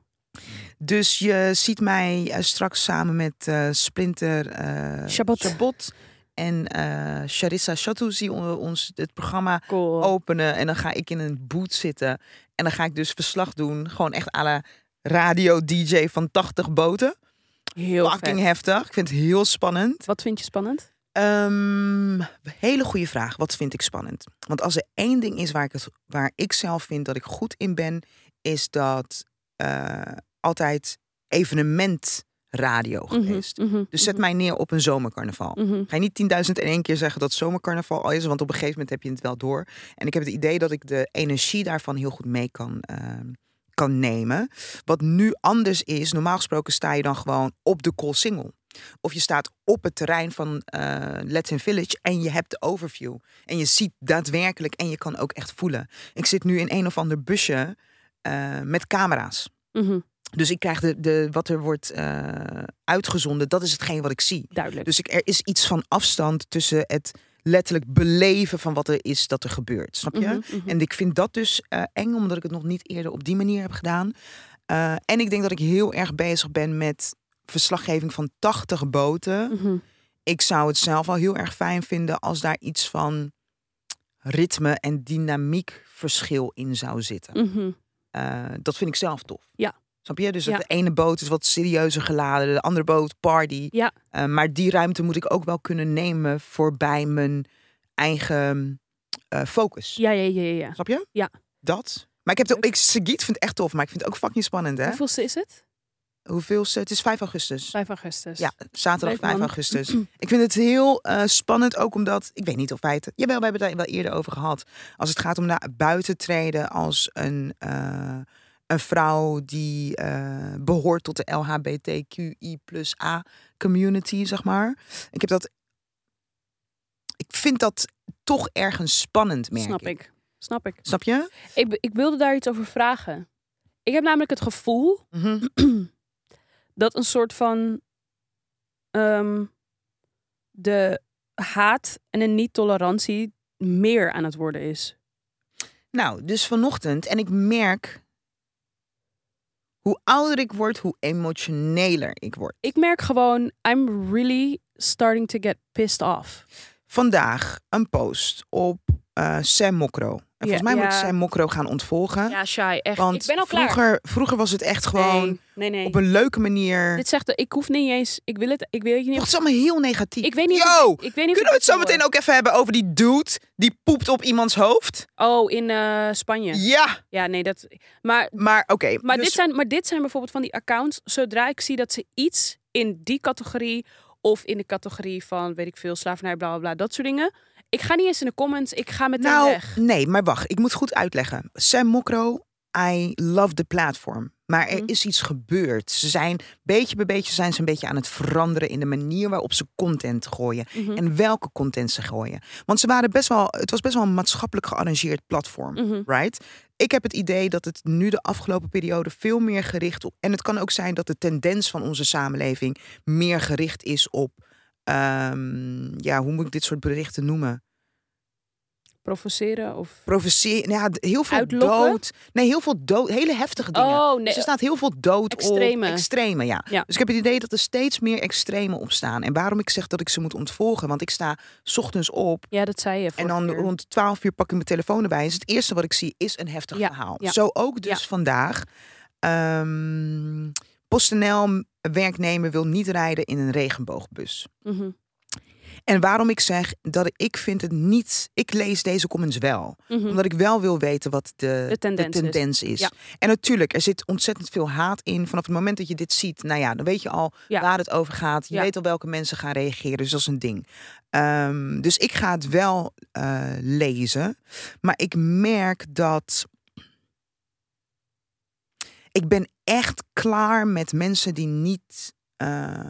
Dus je ziet mij eh, straks samen met eh, Splinter eh Chabot. en eh Charissa Chatouzi on- ons het programma Cool. openen en dan ga ik in een boot zitten en dan ga ik dus verslag doen, gewoon echt à la radio DJ van 80 boten. Heel Fucking vet. heftig. Ik vind het heel spannend. Wat vind je spannend? Ehm, hele goede vraag. Wat vind ik spannend? Want als er één ding is waar ik, het, waar ik zelf vind dat ik goed in ben, is dat eh, altijd evenementradio geweest. Mhm, mhm, Dus zet mij neer op een zomercarnaval. mhm, mhm. Ga je niet 10.000 in één keer zeggen dat zomercarnaval al is, want op een gegeven moment heb je het wel door. En ik heb het idee dat ik de energie daarvan heel goed mee kan, ehm, kan nemen. Wat nu anders is, normaal gesproken sta je dan gewoon op de call single. Of je staat op het terrein van eh Let's in Village en je hebt de overview. En je ziet daadwerkelijk en je kan ook echt voelen. Ik zit nu in een of ander busje eh, met camera's. Mhm. Dus ik krijg de, de, wat er wordt eh, uitgezonden, dat is hetgeen wat ik zie. Duidelijk. Dus ik, er is iets van afstand tussen het letterlijk beleven van wat er is dat er gebeurt. Snap je? Mhm, mhm. En ik vind dat dus eh, eng, omdat ik het nog niet eerder op die manier heb gedaan. Eh, en ik denk dat ik heel erg bezig ben met verslaggeving van 80 boten. Mhm. Ik zou het zelf al heel erg fijn vinden als daar iets van ritme en dynamiek verschil in zou zitten. Mhm. Eh, dat vind ik zelf tof. Ja. Snap je? Dus Ja. de ene boot is wat serieuzer geladen, de andere boot party. Ja. Eh, maar die ruimte moet ik ook wel kunnen nemen voorbij mijn eigen eh, focus. Ja, ja, ja, ja. ja. Snap je? Ja. Dat. Maar ik heb de, ik, Sagiet vind ik echt tof, maar ik vind het ook fucking spannend, hè? Hoeveelste is het? Hoeveel? is het? Het is 5 augustus. 5 augustus. Ja, zaterdag Leuk, 5 man. augustus. Ik vind het heel eh, spannend ook omdat, ik weet niet of wij het, jawel, we hebben het daar wel eerder over gehad. Als het gaat om naar buiten treden als een, eh, een vrouw die eh, behoort tot de LHBTQI plus A community, zeg maar. Ik heb dat, ik vind dat toch ergens spannend, merk Snap ik. Snap ik. Snap je? ik. be- Ik wilde daar iets over vragen. Ik heb namelijk het gevoel Mhm. dat een soort van ehm, de haat en de niet-tolerantie meer aan het worden is. Nou, dus vanochtend. En ik merk hoe ouder ik word, hoe emotioneler ik word. Ik merk gewoon, I'm really starting to get pissed off. Vandaag een post op eh, Sam Mokro. En volgens mij moet ik ja. Sam Mokro gaan ontvolgen. Ja, Shai, echt. want ik ben al vroeger, klaar. vroeger was het echt gewoon nee, nee, nee. op een leuke manier. Dit zegt, ik hoef niet eens, ik wil het, ik wil het niet. Toch, het is allemaal heel negatief. Ik weet niet of- Yo, ik weet niet kunnen we het zo meteen ook even hebben over die dude die poept op iemands hoofd? Oh, in eh, Spanje. Ja, Ja. nee, dat... Maar, maar oké. maar, dus- dit zijn, maar dit zijn bijvoorbeeld van die accounts, zodra ik zie dat ze iets in die categorie of in de categorie van, weet ik veel, slavernij, bla, bla, bla, dat soort dingen. Ik ga niet eens in de comments, ik ga meteen Nou, weg. nee, maar wacht. Ik moet goed uitleggen. Sam Mokro, I love the platform. Maar er Mhm. is iets gebeurd. Ze zijn beetje bij beetje zijn ze een beetje aan het veranderen in de manier waarop ze content gooien. Mhm. En welke content ze gooien. Want ze waren best wel, het was best wel een maatschappelijk gearrangeerd platform. Mhm. Right? Ik heb het idee dat het nu de afgelopen periode veel meer gericht op. En het kan ook zijn dat de tendens van onze samenleving meer gericht is op. ehm, ja, hoe moet ik dit soort berichten noemen? Provoceren of... provoceren. Nou ja, d- heel veel Uitlokken? dood. Nee, heel veel dood. Hele heftige dingen. Oh, Dus nee. er staat heel veel dood Extreme. op. Extreme, ja. Ja. Dus ik heb het idee dat er steeds meer extreme op staan. En waarom ik zeg dat ik ze moet ontvolgen. Want ik sta 's ochtends op. Ja, dat zei je En vorige dan keer. rond 12 uur pak ik mijn telefoon erbij. Dus het eerste wat ik zie is een heftig Ja, verhaal. ja. Zo ook dus vandaag. Ehm PostNL werknemer wil niet rijden in een regenboogbus. Mhm. En waarom ik zeg dat ik vind het niet... Ik lees deze comments wel Mhm. omdat ik wel wil weten wat de, De tendens is. is. Ja. En natuurlijk, er zit ontzettend veel haat in. Vanaf het moment dat je dit ziet, nou ja, dan weet je al Ja. waar het over gaat. Je Ja. weet al welke mensen gaan reageren. Dus dat is een ding. Ehm, dus ik ga het wel eh, lezen. Maar ik merk dat. Ik ben echt klaar met mensen die niet. eh,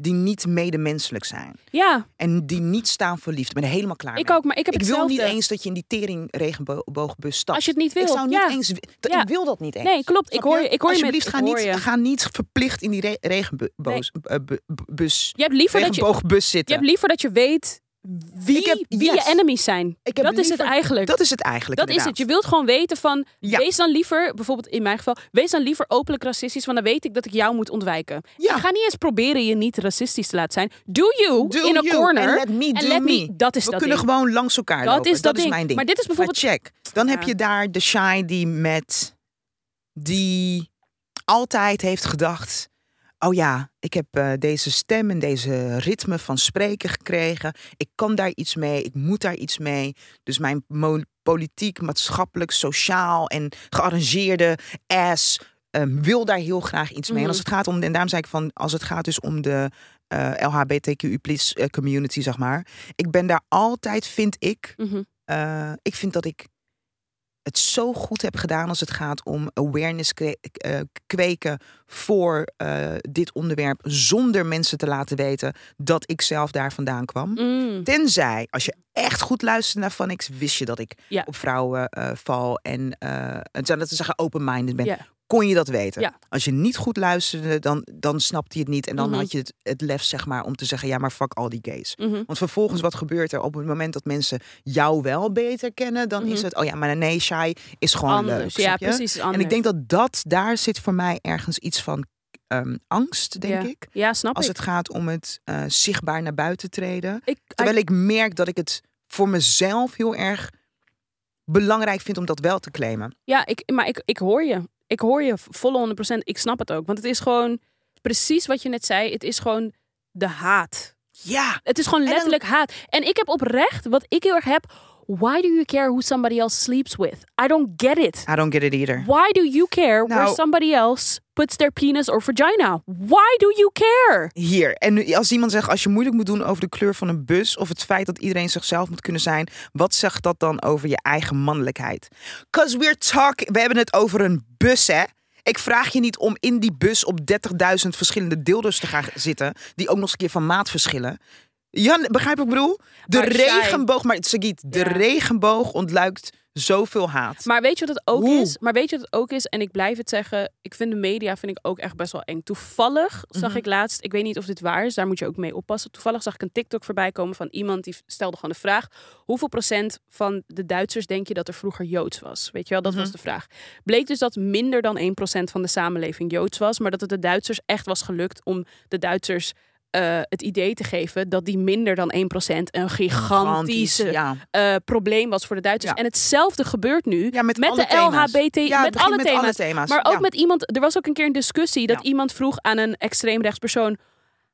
die niet medemenselijk zijn. Ja, En die niet staan voor liefde. Ik ben er helemaal klaar ik mee. ook, maar ik heb Ik wil hetzelfde. niet eens dat je in die tering regenboogbus stapt. Als je het niet wil, Ik zou niet ja. eens. dat- Ja. Ik wil dat niet eens. Nee, klopt. Ik Snap hoor je, ik hoor je met... Alsjeblieft, ga ik hoor niet, je. ga niet verplicht in die re eh, regenboogbus Je hebt liever dat je... regenboogbus Je zitten. hebt liever dat je weet Ik wie, heb- wie yes. je enemies zijn. Ik heb dat is het liever- eigenlijk. dat is het eigenlijk. Dat is het. Je wilt gewoon weten van, Ja. wees dan liever, bijvoorbeeld in mijn geval, wees dan liever openlijk racistisch, want dan weet ik dat ik jou moet ontwijken. Ja. Ik ga niet eens proberen je niet racistisch te laten zijn. Do you Do in a you corner. and let me and do let me. Dat is We dat kunnen ding. gewoon langs elkaar Dat lopen. is dat ding. mijn ding. Maar dit is bijvoorbeeld- Maar check. Dan heb Ja. je daar de shy die met die altijd heeft gedacht. Oh ja, ik heb eh, deze stem en deze ritme van spreken gekregen. Ik kan daar iets mee. Ik moet daar iets mee. Dus mijn mo- politiek, maatschappelijk, sociaal en gearrangeerde ass ehm, wil daar heel graag iets mee. En Mhm. als het gaat om, en daarom zei ik van, als het gaat dus om de eh, LHBTQ plus eh, community, zeg maar. Ik ben daar altijd, vind ik, Mhm. eh, ik vind dat ik het zo goed heb gedaan als het gaat om awareness kwe- eh, kweken voor eh, dit onderwerp. Zonder mensen te laten weten dat ik zelf daar vandaan kwam. Mm. Tenzij, als je echt goed luistert naar Van X, wist je dat ik Ja. op vrouwen eh, val en eh, en zou dat te zeggen open-minded ben. Ja. Kon je dat weten? Ja. Als je niet goed luisterde, dan, dan snapte je het niet. En dan Mhm. had je het, het lef, zeg maar, om te zeggen: ja, maar fuck al die gays. Mhm. Want vervolgens, wat gebeurt er op het moment dat mensen jou wel beter kennen? Dan is Mhm. het, oh ja, maar nee, shy is gewoon leuk. Anders. ja, snap je? precies. is Anders. En ik denk dat dat, daar zit voor mij ergens iets van ehm, angst, denk ik. Ja, snap Als ik. het gaat om het eh, zichtbaar naar buiten treden. ik Terwijl ik merk dat ik het voor mezelf heel erg belangrijk vind om dat wel te claimen. Ja, ik, maar ik, ik hoor je. ik hoor je volle 100%. Ik snap het ook. Want het is gewoon precies wat je net zei. Het is gewoon de haat. Ja. Het is gewoon dan- letterlijk haat. En ik heb oprecht, wat ik heel erg heb. Why do you care who somebody else sleeps with? I don't get it. I don't get it either. Why do you care where Nou- somebody else puts their penis or vagina? Why do you care? Hier. En nu, als iemand zegt, als je moeilijk moet doen over de kleur van een bus of het feit dat iedereen zichzelf moet kunnen zijn, wat zegt dat dan over je eigen mannelijkheid? Cause we're talking, we hebben het over een bus, hè? Ik vraag je niet om in die bus op 30.000 verschillende dildos te gaan zitten, die ook nog eens een keer van maat verschillen. Jan, begrijp wat ik bedoel? De Maar zij- regenboog, maar Sagiet, de Ja. regenboog ontluikt zoveel haat. Maar weet je wat het ook Hoe? is? Maar weet je wat het ook is? En ik blijf het zeggen. Ik vind de media vind ik ook echt best wel eng. Toevallig zag ik laatst, ik weet niet of dit waar is, daar moet je ook mee oppassen. Toevallig zag ik een TikTok voorbij komen van iemand die stelde gewoon de vraag: hoeveel procent van de Duitsers denk je dat er vroeger Joods was? Weet je wel, dat was de vraag. Bleek dus dat minder dan 1% van de samenleving Joods was, maar dat het de Duitsers echt was gelukt om de Duitsers eh, het idee te geven dat die minder dan 1% een gigantische ja. eh, probleem was voor de Duitsers. Ja. En hetzelfde gebeurt nu Ja, met met alle de thema's. LHBT, Ja, het met, begint alle met thema's. alle thema's, Maar ook ja. met iemand, er was ook een keer een discussie dat Ja. iemand vroeg aan een extreemrechtspersoon: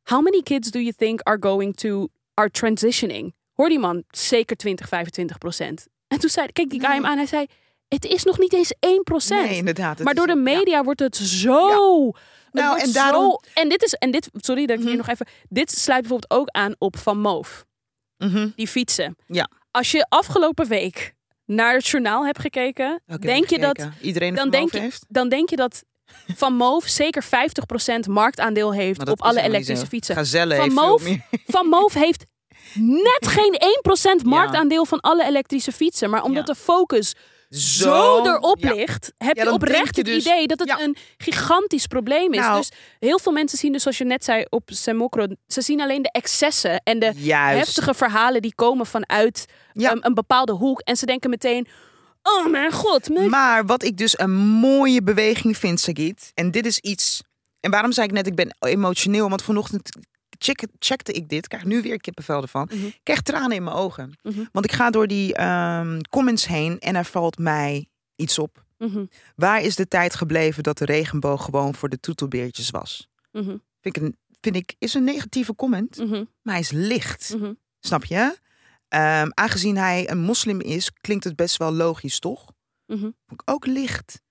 How many kids do you think are going to, are transitioning? Hoor die man, zeker 20, 25 procent. En toen zei, keek die guy hem aan, hij zei: Het is nog niet eens 1 procent. Hmm. Nee, inderdaad. het maar is door de een- ja. media wordt het zo. het Nou, wordt en daarom- zo- en dit is, en dit, sorry dat ik hier nog even. Dit sluit bijvoorbeeld ook aan op Van Moof Mhm. die fietsen. Ja. Als je afgelopen week naar het journaal hebt gekeken, Oké, denk je dat, gekeken. iedereen dan dan denk, je, heeft? dan denk je dat Van Moof zeker 50% marktaandeel heeft Maar dat op is alle helemaal niet elektrische zo. fietsen. Gazelle Van heeft veel Moof, meer. Van Moof heeft net geen 1% marktaandeel van alle elektrische fietsen. Maar omdat Ja. de focus zo, erop ja. ligt, heb Ja, je dan denk oprecht je het dus- idee dat het ja. een gigantisch probleem is. Nou. Dus heel veel mensen zien dus, zoals je net zei op Semokro, ze zien alleen de excessen en de Juist. heftige verhalen die komen vanuit Ja. um, een bepaalde hoek. En ze denken meteen, oh mijn god, mijn Maar wat ik dus een mooie beweging vind, Sagit. En dit is iets. En waarom zei ik net, ik ben emotioneel? Want vanochtend check, checkte ik dit. Krijg nu weer kippenvel ervan. Mhm. Ik krijg tranen in mijn ogen. Mhm. Want ik ga door die ehm, comments heen en er valt mij iets op. Mhm, Waar is de tijd gebleven dat de regenboog gewoon voor de toetelbeertjes was? mhm, Vind ik, een, vind ik is een negatieve comment, mhm, maar hij is licht. mhm. Snap je? Ehm, aangezien hij een moslim is, klinkt het best wel logisch, toch? Mhm. Vond ik ook licht.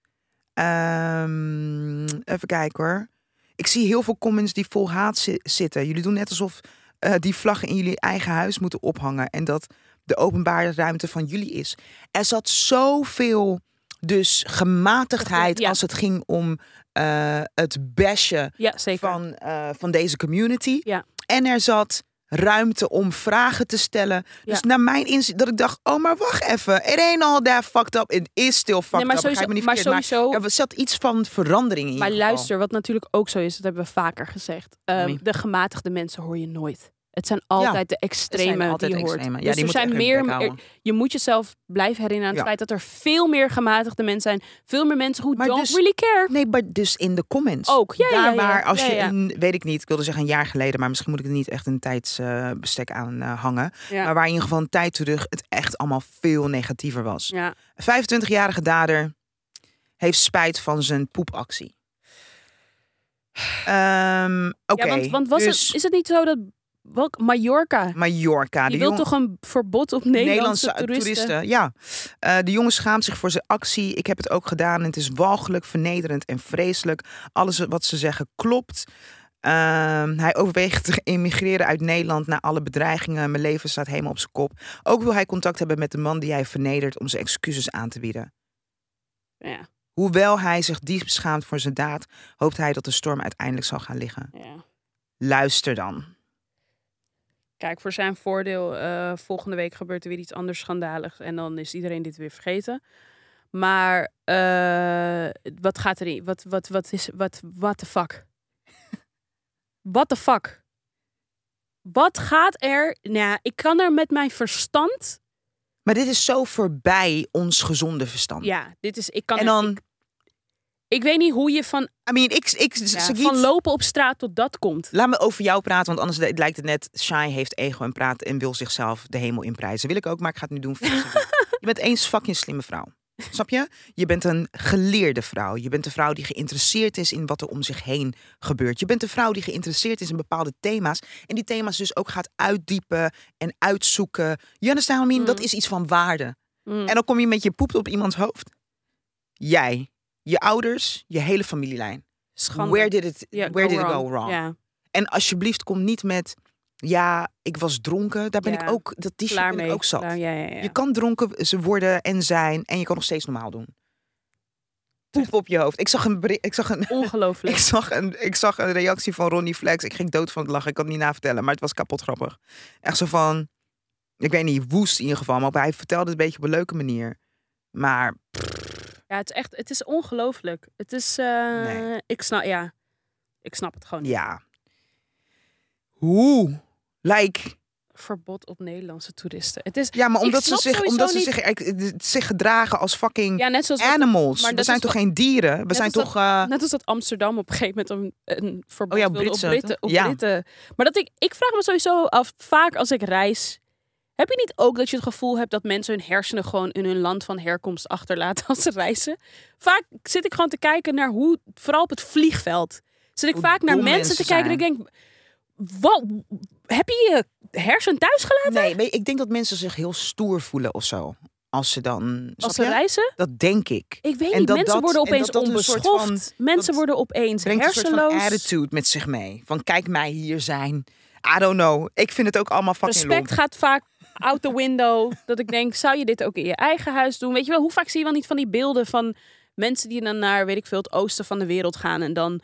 Ehm, even kijken hoor. Ik zie heel veel comments die vol haat zi- zitten. Jullie doen net alsof eh, die vlaggen in jullie eigen huis moeten ophangen. En dat de openbare ruimte van jullie is. Er zat zoveel dus gematigdheid Ja. als het ging om eh, het bashen Ja, zeker. van, eh, van deze community. Ja. En er zat ruimte om vragen te stellen. Dus naar mijn inzicht, dat ik dacht, oh maar wacht even. It ain't all that fucked up. It is still fucked Nee, maar up. Begrijp me sowieso, niet maar verkeerd, maar sowieso er zat iets van verandering in. Maar ieder geval. luister, wat natuurlijk ook zo is, dat hebben we vaker gezegd. ehm, Mommy. de gematigde mensen hoor je nooit. Het zijn altijd de Het zijn extreme altijd die je hoort. extreme. Ja, dus die er moeten zijn echt hun meer. bek houden. er- je moet jezelf blijven herinneren aan het Ja. feit dat er veel meer gematigde mensen zijn. Veel meer mensen who Maar don't dus- really care. Nee, maar dus in de comments. Ook, ja, ja, Daar ja, waar ja, als ja, je ja. in, weet ik niet, ik wilde zeggen een jaar geleden, maar misschien moet ik er niet echt een tijdsbestek aan eh, hangen. Ja. Maar waar in ieder geval een tijd terug het echt allemaal veel negatiever was. Ja. Een 25-jarige dader heeft spijt van zijn poepactie. Ehm, Oké, Ja, want, want was dus het, is het niet zo dat welk, Mallorca? Mallorca. Je de wilt jong- toch een verbod op Nederlandse, toeristen? Ja, Eh, de jongen schaamt zich voor zijn actie. Ik heb het ook gedaan. en Het is walgelijk, vernederend en vreselijk. Alles wat ze zeggen klopt. Ehm, hij overweegt te emigreren uit Nederland na alle bedreigingen. Mijn leven staat helemaal op zijn kop. Ook wil hij contact hebben met de man die hij vernedert om zijn excuses aan te bieden. Ja, Hoewel hij zich diep schaamt voor zijn daad, hoopt hij dat de storm uiteindelijk zal gaan liggen. ja. Luister dan. Kijk, voor zijn voordeel, eh, volgende week gebeurt er weer iets anders schandaligs. En dan is iedereen dit weer vergeten. Maar eh, wat gaat erin? Wat, wat, wat is. Wat, what the fuck? what the fuck? Wat gaat er. Nou, ik kan er met mijn verstand. Maar dit is zo voorbij ons gezonde verstand. Ja, dit is. Ik kan. en er- dan, ik, ik weet niet hoe je van, I mean, ik, ik, ja, Sagiet, van lopen op straat tot dat komt. laat me over jou praten, want anders li- lijkt het net, Shai heeft ego en praat en wil zichzelf de hemel inprijzen. Wil ik ook, maar ik ga het nu doen. voor Sagiet. Je bent eens fucking slimme vrouw. Snap je? Je bent een geleerde vrouw. Je bent een vrouw die geïnteresseerd is in wat er om zich heen gebeurt. Je bent een vrouw die geïnteresseerd is in bepaalde thema's. En die thema's dus ook gaat uitdiepen en uitzoeken. You understand what I mean? Mm. Dat is iets van waarde. Mm. En dan kom je met je poep op iemands hoofd. Jij, je ouders, je hele familielijn. Schande. Where did it, Ja, where did it go wrong? Ja, En alsjeblieft, kom niet met... Ja, ik was dronken. Daar ben Ja. ik ook... Dat die shit klaar ben mee. ik ook zat. Klaar, ja, ja, ja. Je kan dronken ze worden en zijn en je kan nog steeds normaal doen. Poep op je hoofd. Ik zag een, beri- ik zag een, Ongelooflijk. ik zag een, ik zag een reactie van Ronnie Flex. Ik ging dood van het lachen. Ik kan het niet navertellen, maar het was kapot grappig. Echt zo van, ik weet niet, woest in ieder geval. Maar hij vertelde het een beetje op een leuke manier. Maar Ja, het is echt, het is ongelooflijk. Het is, eh, Nee. ik snap, ja, ik snap het gewoon. niet. ja. Hoe? Like, Verbod op Nederlandse toeristen. Het is, ja, maar Ik omdat ze, snap zich, sowieso omdat ze niet- zich, eh, zich gedragen als fucking ja, net zoals, animals. maar we dat zijn is toch wat- geen dieren? We zijn als dat- toch... eh, net als dat Amsterdam op een gegeven moment een, een verbod Oh ja, wilde Britse, op Britten. Op toch? Ja. Britten. Maar dat ik, ik vraag me sowieso af, vaak als ik reis, heb je niet ook dat je het gevoel hebt dat mensen hun hersenen gewoon in hun land van herkomst achterlaten als ze reizen? Vaak zit ik gewoon te kijken naar hoe, vooral op het vliegveld, zit ik Hoe vaak naar dom mensen, mensen te kijken en ik denk, wat, heb je je hersen thuis gelaten? Nee, weet je, ik denk dat mensen zich heel stoer voelen of zo. Als ze dan. Als Als ze reizen? Dat denk ik. Ik weet En niet, dat mensen dat- worden en dat opeens dat een soort onbeschoft. van- mensen dat worden opeens Brengt een soort van hersenloos. attitude met zich mee. Van kijk mij hier zijn. I don't know. Ik vind het ook allemaal fucking Respect lomp. gaat vaak out the window. dat ik denk, zou je dit ook in je eigen huis doen? Weet je wel, hoe vaak zie je wel niet van die beelden van mensen die dan naar, weet ik veel, het oosten van de wereld gaan en dan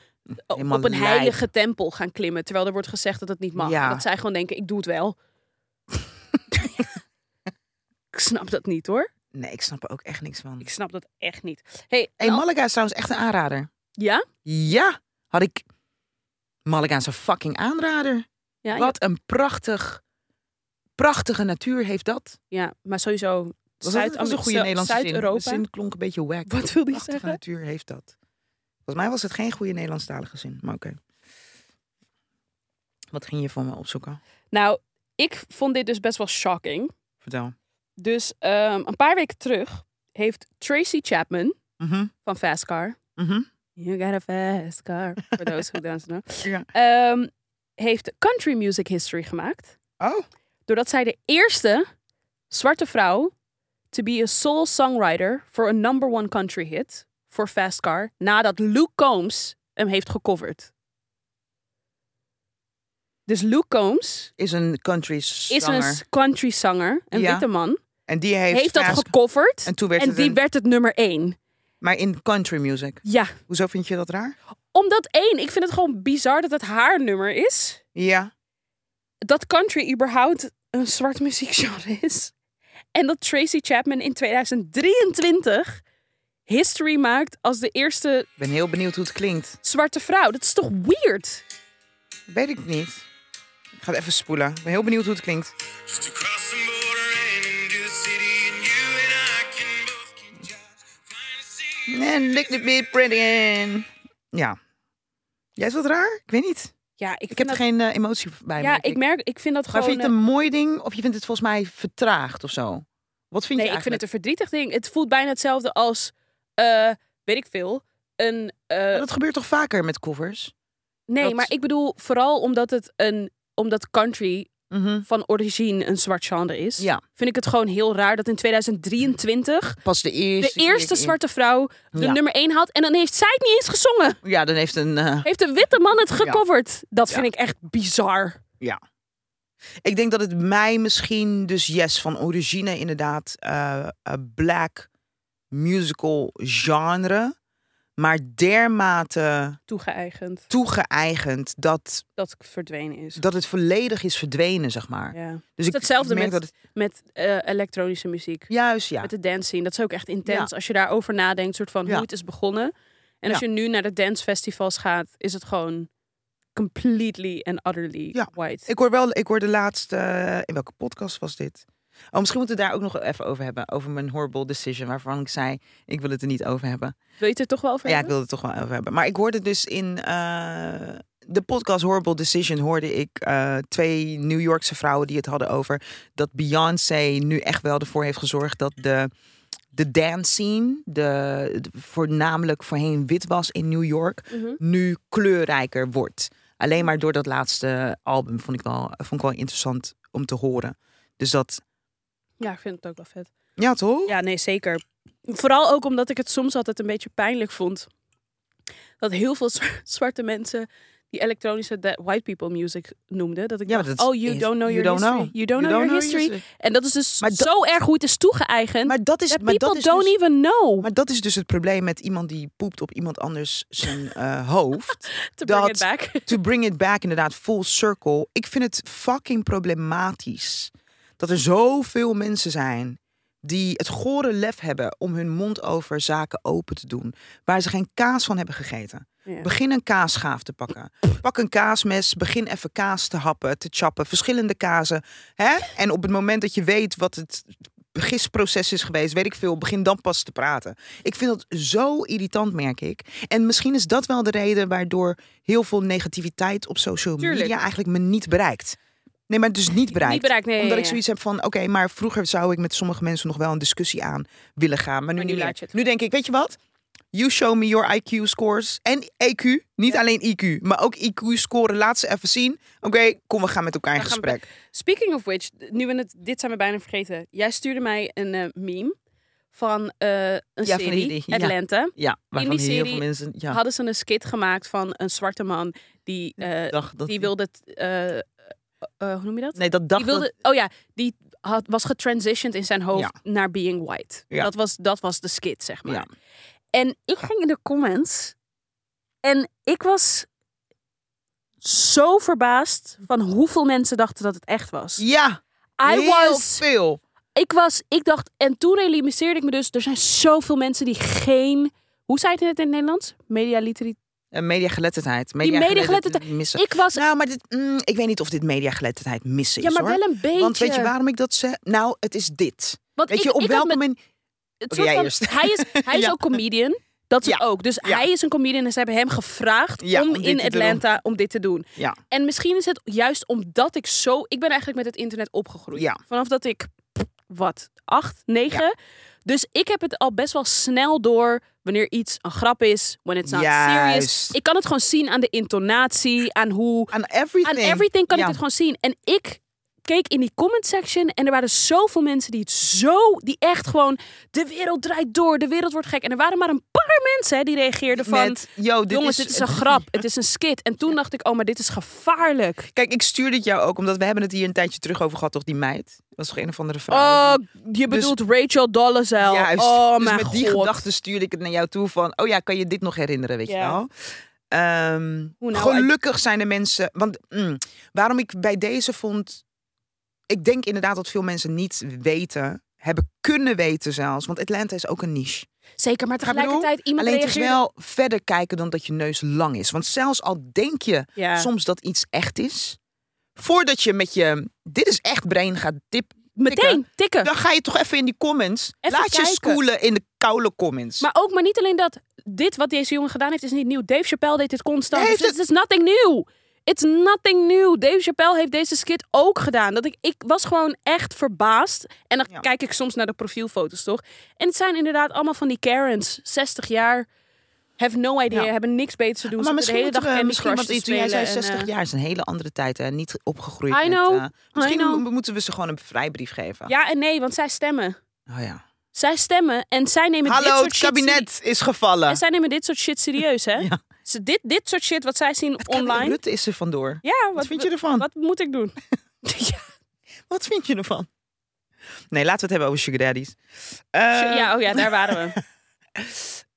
op- Helemaal op een lijp. heilige tempel gaan klimmen, terwijl er wordt gezegd dat het niet mag. Ja. Dat zij gewoon denken, ik doe het wel. ik snap dat niet hoor. Nee, ik snap er ook echt niks van. Ik snap dat echt niet. Hey, Hey, en al- Malaga is trouwens echt een aanrader. ja? Ja, had ik. Malaga is een fucking aanrader. Ja, ja, Wat een prachtig, prachtige natuur heeft dat. ja, maar sowieso. Was dat was een goede Nederlandse zin? Zuid-Europa. De zin klonk een beetje wack. Wat wilde je prachtige zeggen? natuur heeft dat. Volgens mij was het geen goede Nederlandstalige zin, maar oké. Wat ging je voor me opzoeken? Nou, ik vond dit dus best wel shocking. Vertel. Dus ehm, een paar weken terug heeft Tracy Chapman Mhm, van Fast Car. mhm. You got a fast car. For those who don't know. Ja. Ehm, heeft country music history gemaakt. Oh, Doordat zij de eerste zwarte vrouw to be a soul songwriter voor een number one country hit voor Fast Car. Nadat Luke Combs hem heeft gecoverd. Dus Luke Combs is een country is zanger. een country zanger, een Ja. witte man. En die heeft, heeft, dat Fast- gecoverd. En toen werd het die een- werd het nummer één. Maar in country music. Ja. Hoezo vind je dat raar? Omdat één, ik vind het gewoon bizar dat het haar nummer is. Ja. Dat country überhaupt een zwart muziekgenre is. En dat Tracy Chapman in 2023 history maakt als de eerste Ik ben heel benieuwd hoe het klinkt. zwarte vrouw. Dat is toch weird? Weet ik niet. Ik ga het even spoelen. Ik ben heel benieuwd hoe het klinkt. Just across the border and in good city, and you and I can both get jobs. Find a city. En lick the beat, pretty in. Ja. Jij is wat raar? Ik weet niet. Ja, ik, Ik vind heb dat, er geen eh, emotie bij. Ja, merk ik merk, ik vind dat Maar gewoon... eh, vind je het een mooi ding of je vindt het volgens mij vertraagd of zo? Wat vind eh, Nee, je ik eigenlijk? vind het een verdrietig ding. Het voelt bijna hetzelfde als, eh, weet ik veel, een... eh, Maar Dat gebeurt toch vaker met covers? nee, dat- maar ik bedoel vooral omdat het een... Omdat country Mhm. van origine een zwart genre is. Ja. Vind ik het gewoon heel raar dat in 2023 Pas de de eerste. keer eerste in- zwarte vrouw de Ja. nummer 1 haalt. En dan heeft zij het niet eens gezongen. Ja, dan heeft een. eh, Heeft de witte man het gecoverd. Dat Ja. vind ik echt bizar. Ik denk dat het mij misschien, dus yes, van origine inderdaad, eh, eh, black musical genre, maar dermate Toegeëigend toegeëigend dat, dat ik verdwenen is. dat het volledig is verdwenen, zeg maar. ja. Het Dus is hetzelfde merk met, dat het- met eh, elektronische muziek. Juist, ja. Met de dance scene. Dat is ook echt intens. Ja. Als je daarover nadenkt, soort van Ja. hoe het is begonnen. Ja. En als je nu naar de dancefestivals gaat, is het gewoon completely and utterly Ja. white. Ik hoor wel, ik hoor de laatste. eh, in welke podcast was dit? Oh, misschien moeten we het daar ook nog even over hebben. Over mijn horrible decision, waarvan ik zei: ik wil het er niet over hebben. Wil je het er toch wel over Ja, ik hebben? wil het toch wel over hebben. Maar ik hoorde dus in eh, de podcast Horrible Decision hoorde ik eh, twee New Yorkse vrouwen die het hadden over dat Beyoncé nu echt wel ervoor heeft gezorgd dat de de dance scene, de, de- voornamelijk voorheen wit was in New York, Mhm. nu kleurrijker wordt. Alleen maar door dat laatste album vond ik wel, vond ik wel interessant om te horen. Dus dat, Ja, ik vind het ook wel vet. ja toch? Ja, nee, zeker. Vooral ook omdat ik het soms altijd een beetje pijnlijk vond. Dat heel veel zwa- zwarte mensen die elektronische da- white people music noemden. Dat ik Ja, maar dacht, dat oh, you is- don't know you your don't history. know. You don't know your history. En dat is dus Maar dat- zo erg hoe het is toegeëigend. Maar dat is, that maar dat people is don't dus, even know. maar dat is dus het probleem met iemand die poept op iemand anders zijn eh, hoofd. to bring dat- it back. To bring it back, inderdaad, full circle. Ik vind het fucking problematisch dat er zoveel mensen zijn die het gore lef hebben om hun mond over zaken open te doen waar ze geen kaas van hebben gegeten. Ja. Begin een kaasschaaf te pakken. Pak een kaasmes, begin even kaas te happen, te chappen, verschillende kazen. Hè? En op het moment dat je weet wat het gistproces is geweest, weet ik veel, begin dan pas te praten. Ik vind dat zo irritant, merk ik. En misschien is dat wel de reden waardoor heel veel negativiteit op social media Tuurlijk. eigenlijk me niet bereikt. Nee, maar dus niet bereikt. Niet bereikt, nee. omdat ja, ik ja. zoiets heb van, oké, maar vroeger zou ik met sommige mensen nog wel een discussie aan willen gaan. Maar nu, Maar nu niet laat je meer. het. Nu denk ik, weet je wat? You show me your IQ scores en EQ. Niet alleen IQ, maar ook IQ scoren. Laat ze even zien. Oké, kom, we gaan met elkaar in We gaan gesprek. Speaking of which, nu we het, dit zijn we bijna vergeten. Jij stuurde mij een eh, meme van eh, een Ja, van serie, die- ja. Atlanta. Ja, waarvan die heel serie veel mensen... Ja, Hadden ze een skit gemaakt van een zwarte man die, eh, dacht dat die wilde... t- eh, eh, hoe noem je dat? Nee, dat dacht Die wilde, oh ja, die had, was getransitioned in zijn hoofd naar being white. Ja. Dat, was, dat was de skit, zeg maar. Ja. En ik ging in de comments en ik was zo verbaasd van hoeveel mensen dachten dat het echt was. dat... Ja, I heel was, veel. ik was, ik dacht, en toen realiseerde ik me dus, er zijn zoveel mensen die geen, hoe zei het in het Nederlands? Medialiteit. Eh, Mediageletterdheid. mediageletterdheid. missen. Ik was, Nou, maar dit, mm, ik weet niet of dit mediageletterdheid missen ja is, maar hoor. wel een beetje. Want weet je waarom ik dat zeg? Nou, het is dit. Want Weet ik, je, op ik had welke me- manier... het Oké, soort jij van- eerst. hij is, hij is Ja. ook comedian. Dat is het Ja. ook. Dus Ja. hij is een comedian en ze hebben hem gevraagd Ja, om, om dit in te doen. Atlanta om dit te doen. Ja. En misschien is het juist omdat ik zo... Ik ben eigenlijk met het internet opgegroeid. Ja. Vanaf dat ik, wat, acht, negen? Dus ik heb het al best wel snel door wanneer iets een grap is. When it's not serious. Juist. Ik kan het gewoon zien aan de intonatie, aan hoe... Aan everything. Aan everything kan Ja. ik het gewoon zien. En ik keek in die comment section en er waren zoveel mensen die het zo, die echt gewoon, de wereld draait door, de wereld wordt gek. En er waren maar een paar mensen hè, die reageerden van, Met, yo, dit jongens, is, dit is een grap, het is een skit. En toen dacht ik, oh, maar dit is gevaarlijk. Kijk, ik stuur dit jou ook, omdat we hebben het hier een tijdje terug over gehad, toch, die meid? Dat was toch een of andere Oh, vrouw? je bedoelt Rachel Dolezal. Juist. Oh, dus mijn met die God. gedachte stuurde ik het naar jou toe van, oh ja, kan je dit nog herinneren, weet Ja. je wel? Ehm, Hoe nou? gelukkig zijn er mensen, want mm, waarom ik bij deze vond, ik denk inderdaad dat veel mensen niet weten, hebben kunnen weten zelfs, want Atlanta is ook een niche. Zeker, maar Ga ik bedoel? tegelijkertijd iemand Alleen het is reageerde... wel verder kijken dan dat je neus lang is. Want zelfs al denk je Ja. soms dat iets echt is, voordat je met je dit is echt brein gaat tip, Meteen, tikken. dan ga je toch even in die comments. Even Laat kijken. je schoolen in de koude comments. Maar ook, maar niet alleen dat. Dit wat deze jongen gedaan heeft is niet nieuw. Dave Chappelle deed dit constant. Hij Dus heeft Het is nothing new. It's nothing new. Dave Chappelle heeft deze skit ook gedaan. Dat ik, ik was gewoon echt verbaasd. En dan Ja. kijk ik soms naar de profielfoto's, toch? En het zijn inderdaad allemaal van die Karens. 60 jaar. Have no idea. Ja. Hebben niks beter te maar doen. Zitten misschien de hele dag moeten we- Candy misschien Crush want te iets. Jij spelen. zei en, eh, 60 jaar is een hele andere tijd hè, niet opgegroeid. I met, know, eh, I misschien know. mo- moeten we ze gewoon een vrijbrief geven. eh, Ja en nee, want zij stemmen. Oh, ja. Zij stemmen en zij nemen dit Hallo, soort het shit kabinet is gevallen. En zij nemen dit soort shit serieus, hè? Ja. Ze, dit, dit soort shit wat zij zien Het kabinet online. Rutte is er vandoor. Ja, wat, Wat vind je ervan? Wat moet ik doen? ja, Wat vind je ervan? Nee, laten we het hebben over sugar daddies. Eh, ja, oh ja, daar waren we.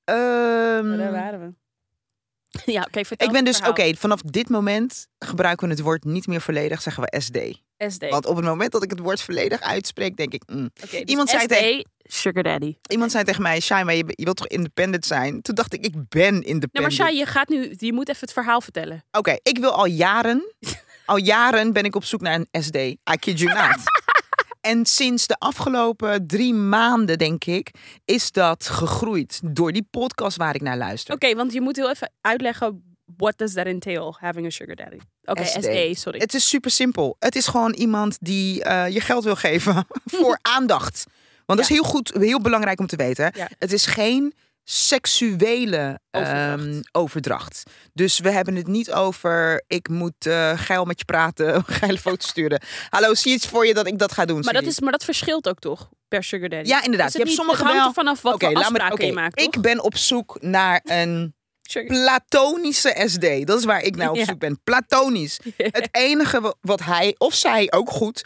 ehm, daar waren we. Ja, oké, vertel ik ben het dus, oké, verhaal. vanaf dit moment gebruiken we het woord niet meer volledig, zeggen we SD. SD. Want op het moment dat ik het woord volledig uitspreek, denk ik... mm. Oké, dus iemand zei SD, Sugar Daddy. Iemand zei tegen mij, Shai, maar je, je wilt toch independent zijn? Toen dacht ik, ik ben independent. Nou, maar Shai, je gaat nu, je moet even het verhaal vertellen. Oké, ik wil al jaren, al jaren ben ik op zoek naar een SD. I kid you not. En sinds de afgelopen drie maanden, denk ik, is dat gegroeid door die podcast waar ik naar luister. Oké, want je moet heel even uitleggen, what does that entail, having a Sugar Daddy? Oké, SD. sorry. Het is super simpel. Het is gewoon iemand die eh, je geld wil geven voor aandacht. Want dat Ja. is heel goed, heel belangrijk om te weten. hè. Ja. Het is geen seksuele Overdracht. ehm, overdracht. Dus we hebben het niet over ik moet eh, geil met je praten, geile foto's sturen. Hallo, zie je iets voor je dat ik dat ga doen? Maar dat, Siri? is, maar dat verschilt ook toch per sugar daddy? ja, inderdaad. Is Je hebt het niet- sommige het hangt wel- er vanaf wat Oké, voor laat me- afspraken oké, je maakt. Ik toch? ben op zoek naar een Sugar- platonische SD. Dat is waar ik naar op Ja. zoek ben. Platonisch. Het enige wa- wat hij of zij ook goed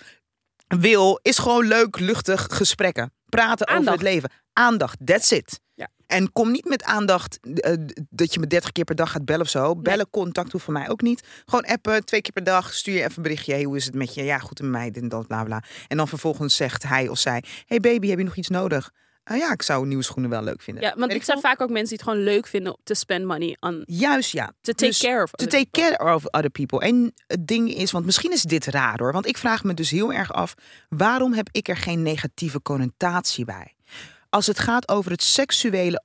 wil, is gewoon leuk, luchtig gesprekken. Praten Aandacht. over het leven. Aandacht, that's it. Ja. En kom niet met aandacht eh, d- dat je me 30 keer per dag gaat bellen of zo. Bellen, contact hoeft van mij ook niet. Gewoon appen, twee keer per dag. Stuur je even een berichtje. Hey, hoe is het met je? Ja, goed met mij, dit en dat, bla bla. En dan vervolgens zegt hij of zij: Hey baby, heb je nog iets nodig? Ah ja, ik zou nieuwe schoenen wel leuk vinden. Ja, want Weet ik dit zijn veel. vaak ook mensen die het gewoon leuk vinden om te spend money on. Juist ja. To take Dus- care of. to other take people. care of other people. En het ding is, want misschien is dit raar hoor. Want ik vraag me dus heel erg af, waarom heb ik er geen negatieve connotatie bij? Als het gaat over het seksuele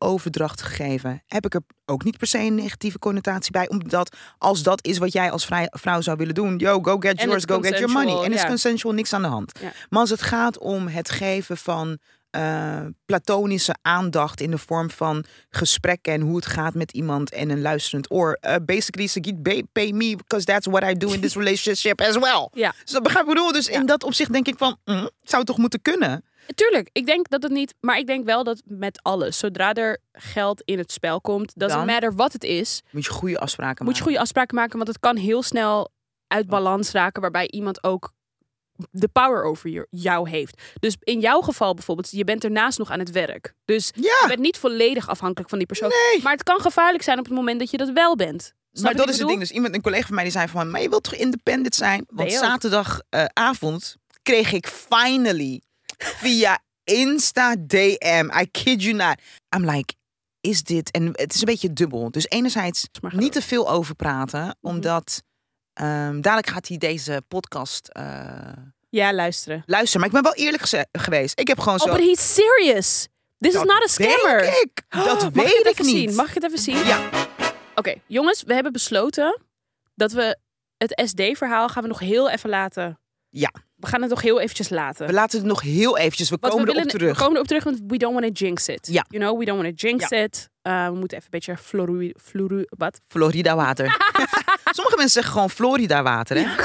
overdrachtgegeven, heb ik er ook niet per se een negatieve connotatie bij. Omdat als dat is wat jij als vrij- vrouw zou willen doen, yo, go get it's yours, go get your money. En consensual, het is ja. consensual, niks aan de hand. Ja. Maar als het gaat om het geven van eh, platonische aandacht in de vorm van gesprekken en hoe het gaat met iemand en een luisterend oor. eh, basically, Sagit, ba- pay me because that's what I do in this relationship as well. Ja. Dus dat begrijp ik bedoel. Dus Ja. in dat opzicht denk ik van, mm, het zou toch moeten kunnen? Tuurlijk, ik denk dat het niet. Maar ik denk wel dat met alles, zodra er geld in het spel komt, doesn't Dan? matter wat het is, Moet je goede afspraken moet je goede afspraken maken. Want het kan heel snel uit balans raken, waarbij iemand ook de power over je- jou heeft. Dus in jouw geval bijvoorbeeld, je bent ernaast nog aan het werk. Dus je Ja, bent niet volledig afhankelijk van die persoon. nee. Maar het kan gevaarlijk zijn op het moment dat je dat wel bent. Snap je Maar wat dat ik is het bedoel? ding. Dus iemand, een collega van mij die zei van, maar je wilt toch independent zijn? Want je ook. zaterdagavond eh, kreeg ik finally via Insta DM. I kid you not. I'm like, is dit? En het is een beetje dubbel. Dus enerzijds Maar Mhm. ga niet te veel over praten, omdat ehm, dadelijk gaat hij deze podcast eh, Ja, luisteren. luisteren. Maar ik ben wel eerlijk geze- geweest. Ik heb gewoon zo. Oh, but he's serious. This is Dat not a scammer. Denk ik. Dat Mag weet ik het ik even niet. zien? Mag ik het even zien? Ja. Oké, jongens, we hebben besloten dat we het SD-verhaal gaan we nog heel even laten. Ja. We gaan het nog heel eventjes laten. We laten het nog heel eventjes. We Want komen we erop willen- terug. We komen erop terug, want we don't want to jinx it. Ja. You know, we don't want to jinx it. Uh, we moeten even een beetje floru... floru wat? Florida water. Sommige mensen zeggen gewoon Florida water. Hè?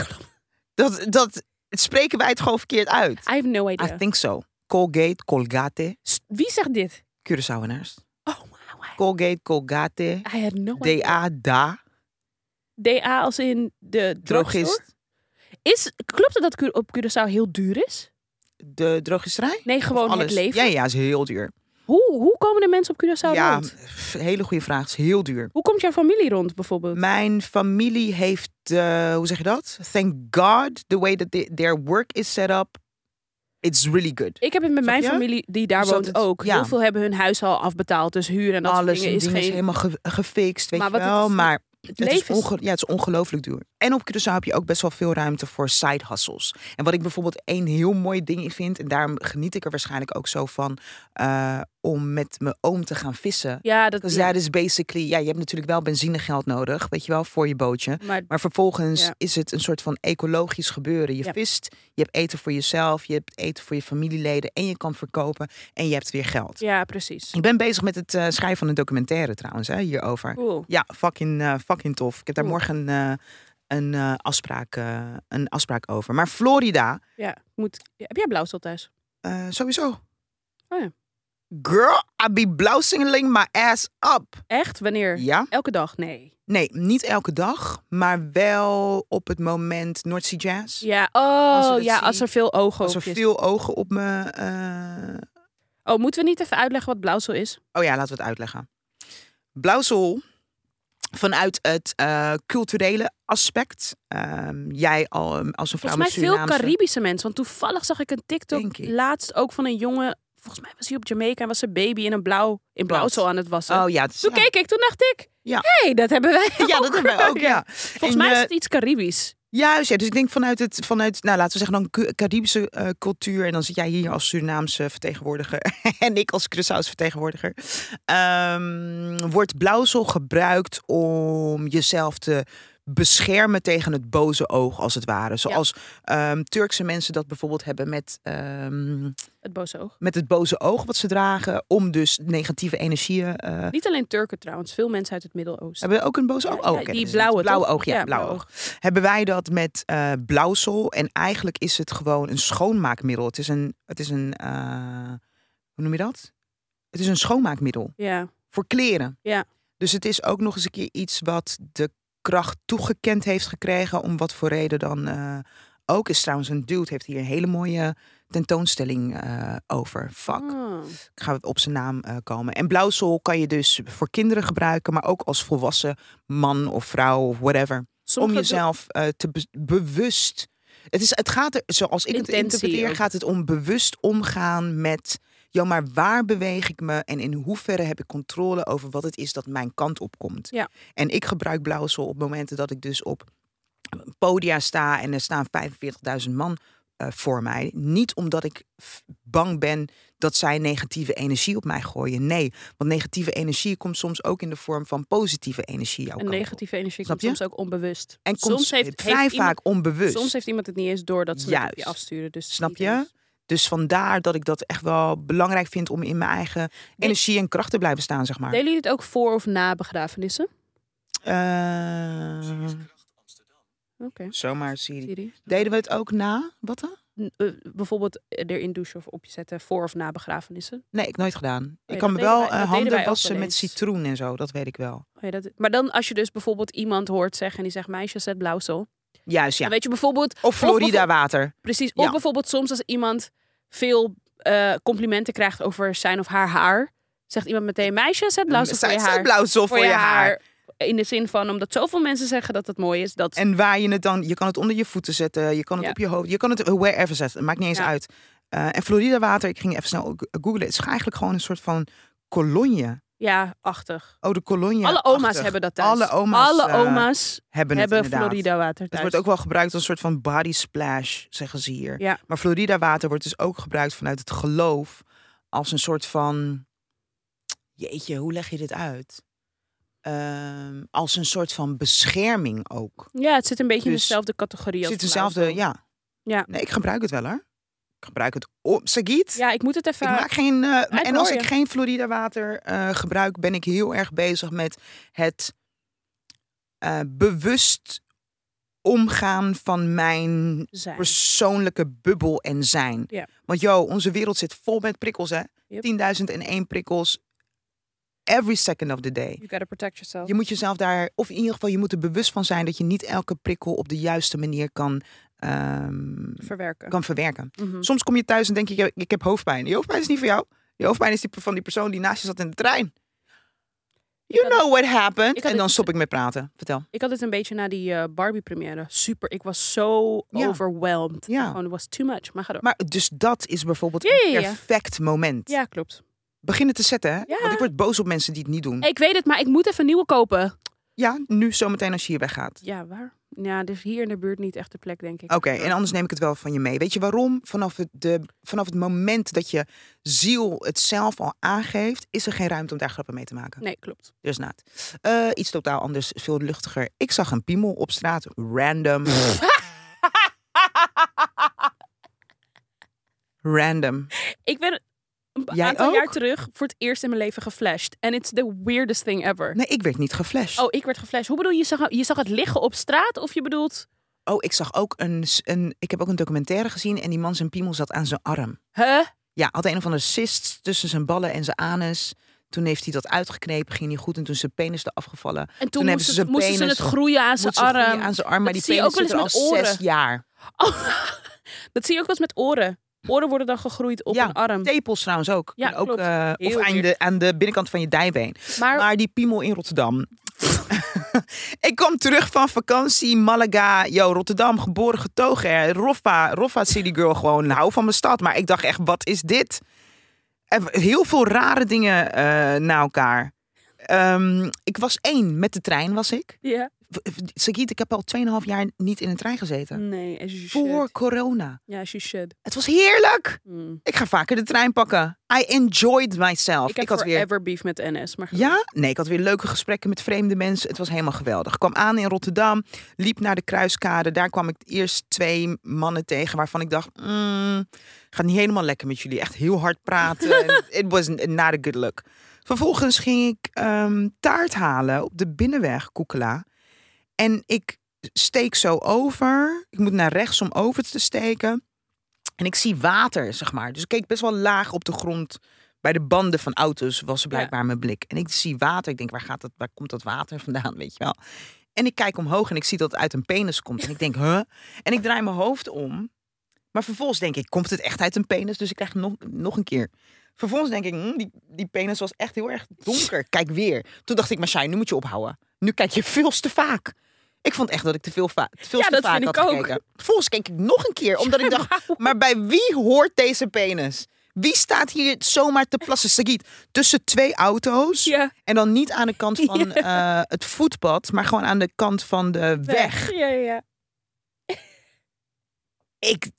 Dat, dat spreken wij het gewoon verkeerd uit. I have no idea. I think so. Colgate, Colgate, St- Wie zegt dit? Curaçaoenaars. Oh, wow. I- Colgate, Colgate, I had no DA, idea. DA, DA als in de drogist. drogist. Is, klopt het dat Cura- op Curaçao heel duur is? De drogisterij? Nee, gewoon Alles. het leven. Ja, ja, is heel duur. Hoe, hoe komen de mensen op Curaçao ja, rond? pff, hele goede vraag. Is heel duur. Hoe komt jouw familie rond bijvoorbeeld? Mijn familie heeft, eh, hoe zeg je dat? Thank God, the way that they- their work is set up, it's really good. Ik heb het met Snap mijn je? familie die daar Dus dat woont het- ook. ja. Heel veel hebben hun huis al afbetaald, dus huur en dat soort Alles dingen en is dingen is geen. helemaal ge- gefixt, weet Maar je wat het wel. is- maar Het Het is, leven is onge- ja, het is ongelooflijk duur. En op Curaçao heb je ook best wel veel ruimte voor side hustles. En wat ik bijvoorbeeld één heel mooi ding vind... en daarom geniet ik er waarschijnlijk ook zo van... eh, om met mijn oom te gaan vissen. Ja, dat Dus is. daar is basically... Ja, je hebt natuurlijk wel benzinegeld nodig, weet je wel, voor je bootje. Maar Maar vervolgens Ja. is het een soort van ecologisch gebeuren. Je Ja. vist, je hebt eten voor jezelf, je hebt eten voor je familieleden... en je kan verkopen en je hebt weer geld. ja, precies. Ik ben bezig met het eh, schrijven van een documentaire trouwens, hè, hierover. Cool. Ja, fucking, eh, fucking tof. Ik heb daar Cool. morgen eh, een, eh, afspraak, eh, een afspraak over. Maar Florida, Ja, ik moet... ja, heb jij blauwsel thuis? eh, sowieso. Oh ja. Girl, I be blousingling my ass up. Echt? Wanneer? Ja? Elke dag? Nee. Nee, niet elke dag, maar wel op het moment North Sea Jazz. Ja, we oh dat ja, zien- als er veel ogen Als er op is. veel ogen op me... eh, Oh, moeten we niet even uitleggen wat blauwsel is? Oh ja, laten we het uitleggen. Blauwsel, vanuit het eh, culturele aspect. Ehm, jij al, als een vrouw Volgens mij met veel Surinaamse... Caribische mensen. Want toevallig zag ik een TikTok Denk ik. laatst ook van een jongen. Volgens mij was hij op Jamaica en was zijn baby in een blauw in blauwsel aan het wassen. Oh ja, het is- Toen ja. keek ik, toen dacht ik, Ja. hey, dat hebben wij Ja, ook. dat hebben wij ook, ja. Volgens En, mij is eh, het iets Caribisch. Juist, ja. Dus ik denk vanuit, het, vanuit nou, laten we zeggen, dan Cu- Caribische eh, cultuur. En dan zit jij hier als Surinaamse vertegenwoordiger. en ik als Curaçao's vertegenwoordiger. Ehm, wordt blauwsel gebruikt om jezelf te beschermen tegen het boze oog, als het ware. Zoals ehm, Turkse mensen dat bijvoorbeeld hebben met, ehm, Het boze oog. met het boze oog wat ze dragen. Om dus negatieve energieën. eh, Niet alleen Turken trouwens, veel mensen uit het Midden-Oosten. hebben we ook een boze Ja, oog? ja, Oh, oké, die dat is blauwe, het. blauwe toch? oog. Ja, Ja, blauwe blauwe oog. Hebben wij dat met eh blauwsel. En eigenlijk is het gewoon een schoonmaakmiddel. Het is een. Het is een eh, hoe noem je dat? Het is een schoonmaakmiddel Ja, voor kleren. Ja. Dus het is ook nog eens een keer iets wat de kracht toegekend heeft gekregen. Om wat voor reden dan eh, ook. Is trouwens een dude heeft hier een hele mooie tentoonstelling eh, over. Fuck. Ah. Ik ga het op zijn naam eh, komen. En blauwsel kan je dus voor kinderen gebruiken. Maar ook als volwassen man of vrouw of whatever. Om Sommige do- jezelf eh, te be- bewust... Het, is, het gaat er, zoals ik het Intentie interpreteer, ook. gaat het om bewust omgaan met... Ja, maar waar beweeg ik me en in hoeverre heb ik controle over wat het is dat mijn kant op komt? Ja. En ik gebruik blauwsel op momenten dat ik dus op podia sta en er staan 45.000 man eh, voor mij. Niet omdat ik f- bang ben dat zij negatieve energie op mij gooien. Nee, want negatieve energie komt soms ook in de vorm van positieve energie. jouw En kant op. negatieve energie Snap komt je? soms ook onbewust. En komt soms heeft, het heeft vrij iemand, vaak onbewust. soms heeft iemand het niet eens door dat ze het op je Juist. afsturen. Dus Snap niet je? eens. Dus vandaar dat ik dat echt wel belangrijk vind om in mijn eigen energie en kracht te blijven staan, zeg maar. Delen jullie het ook voor of na begrafenissen? Eh, Oké. zomaar Siri. Siri. Deden we het ook na? Wat dan? N- eh, bijvoorbeeld eh, erin douchen of opzetten voor of na begrafenissen. Nee, ik nooit gedaan. Ik dat kan me deden wel wij- eh, dat deden wij handen ook wassen wel met eens. citroen en zo, dat weet ik wel. Oh ja, dat, maar dan als je dus bijvoorbeeld iemand hoort zeggen en die zegt meisje zet blauwsel. Juist, ja. Dan weet je bijvoorbeeld, Of Florida bijvoorbeeld- water. precies, Ja. of bijvoorbeeld soms als iemand veel eh, complimenten krijgt over zijn of haar haar. Zegt iemand meteen meisje zet blauwsel voor je Zij- zij haar. blauwsel voor je haar. In de zin van, omdat zoveel mensen zeggen dat het mooi is. Dat, En waar je het dan, je kan het onder je voeten zetten, je kan het Ja. op je hoofd, je kan het wherever zetten, maakt niet eens Ja. uit. Eh, en Florida water, ik ging even snel go- googlen, het is eigenlijk gewoon een soort van kolonje. ja, achtig. Oh, de kolonje. Alle oma's achtig. hebben dat thuis. Alle oma's, Alle eh, oma's Hebben, hebben het inderdaad. Florida water Het thuis. wordt ook wel gebruikt als een soort van body splash, zeggen ze hier. Ja. Maar Florida water wordt dus ook gebruikt vanuit het geloof als een soort van. Jeetje, hoe leg je dit uit? Ehm, als een soort van bescherming ook. Ja, het zit een beetje in Dus dezelfde categorie als Zit dezelfde, blauwsel. ja. Ja. Nee, ik gebruik het wel hoor. Ik gebruik het op. Sagiet, Ja, ik moet het even... ik maak geen. eh, ik en als hoor ik je. geen Florida water eh, gebruik, ben ik heel erg bezig met het eh, bewust omgaan van mijn zijn. persoonlijke bubbel en zijn. Ja. Want joh, onze wereld zit vol met prikkels, hè? Yep. 10.001 prikkels. Every second of the day. You gotta protect yourself. Je moet jezelf daar, of in ieder geval, je moet er bewust van zijn dat je niet elke prikkel op de juiste manier kan, ehm, Verwerken. kan verwerken. Mhm. Soms kom je thuis en denk je, "Ja, ik heb hoofdpijn. Die hoofdpijn is niet voor jou. Die hoofdpijn is die van die persoon die naast je zat in de trein. You had het- know what happened. ik had En dan het- stop ik met praten. Vertel. Ik had het een beetje na die eh, Barbie-première. Super, ik was zo Ja. overwhelmed. Ja. Gewoon, it was too much. Maar ga door. Maar dus dat is bijvoorbeeld Ja, ja, een ja. perfect moment. Ja, klopt. beginnen te zetten, hè? Ja. Want ik word boos op mensen die het niet doen. Ik weet het, maar ik moet even nieuwe kopen. Ja, nu zometeen als je hier weggaat. Ja, waar? Ja, dus hier in de buurt niet echt de plek, denk ik. Oké, en anders neem ik het wel van je mee. Weet je waarom? Vanaf het, de, vanaf het moment dat je ziel het zelf al aangeeft, is er geen ruimte om daar grappen mee te maken. Nee, klopt. Dus naad. Eh, iets totaal anders, veel luchtiger. Ik zag een piemel op straat, random. random. Ik ben een pa- Jij aantal jaar ook? terug voor het eerst in mijn leven geflasht. En it's the weirdest thing ever. Nee, ik werd niet geflasht. Oh, ik werd geflasht. Hoe bedoel je? Je zag, je zag het liggen op straat? Of je bedoelt... Oh, ik zag ook een, s- een. Ik heb ook een documentaire gezien en die man zijn piemel zat aan zijn arm. Huh? Ja, had een of andere cyst tussen zijn ballen en zijn anus. Toen heeft hij dat uitgeknepen, ging niet goed. En toen is zijn penis eraf gevallen. En toen, Toen hebben moesten, ze ze, zijn moesten ze penis- het groeien aan zijn Moet ze groeien arm. aan zijn arm, maar Dat die zie je penis ook zit er wel al eens met zes oren. jaar. Oh, dat zie je ook wel eens met oren. Oren worden dan gegroeid op Ja, een arm. Tepels trouwens ook. Ja, En ook klopt. eh, Heel of aan de, weird. aan de binnenkant van je dijbeen. Maar, Maar die piemel in Rotterdam. ik kwam terug van vakantie, Malaga, yo, Rotterdam, geboren getogen. hè. Roffa, Roffa City Girl, gewoon hou van mijn stad. Maar ik dacht echt, wat is dit? En Heel veel rare dingen eh na elkaar. Ehm, ik was één, met de trein was ik. ja, Sagiet, ik heb al 2,5 jaar niet in een trein gezeten. Nee, as you Voor should. corona. Ja, as you should. Het was heerlijk. Mm. Ik ga vaker de trein pakken. I enjoyed myself. Ik heb had weer. forever beef met NS, maar goed. Ja? Nee, ik had weer leuke gesprekken met vreemde mensen. Het was helemaal geweldig. Ik kwam aan in Rotterdam, liep naar de kruiskade. Daar kwam ik eerst twee mannen tegen waarvan ik dacht... Mm, gaat niet helemaal lekker met jullie. Echt heel hard praten. En It was n- not a good look. Vervolgens ging ik ehm, taart halen op de binnenweg Koekela. En ik steek zo over. Ik moet naar rechts om over te steken. En ik zie water, zeg maar. Dus ik keek best wel laag op de grond. Bij de banden van auto's was blijkbaar mijn blik. En ik zie water. Ik denk, waar, gaat dat, waar komt dat water vandaan, weet je wel? En ik kijk omhoog en ik zie dat het uit een penis komt. En ik denk, huh? En ik draai mijn hoofd om. Maar vervolgens denk ik, komt het echt uit een penis? Dus ik krijg nog, nog een keer. Vervolgens denk ik, hm, die, die penis was echt heel erg donker. Kijk weer. Toen dacht ik, Mashai, nu moet je ophouden. Nu kijk je veel te vaak. Ik vond echt dat ik te veel, va- te veel Ja, te dat vaak vind had ik ook. gekeken. Vervolgens keek ik nog een keer, omdat ik dacht, maar bij wie hoort deze penis? Wie staat hier zomaar te plassen? Sagiet, tussen twee auto's. Ja. En dan niet aan de kant van eh, het voetpad, maar gewoon aan de kant van de weg. Ja, ja, ja. Ik...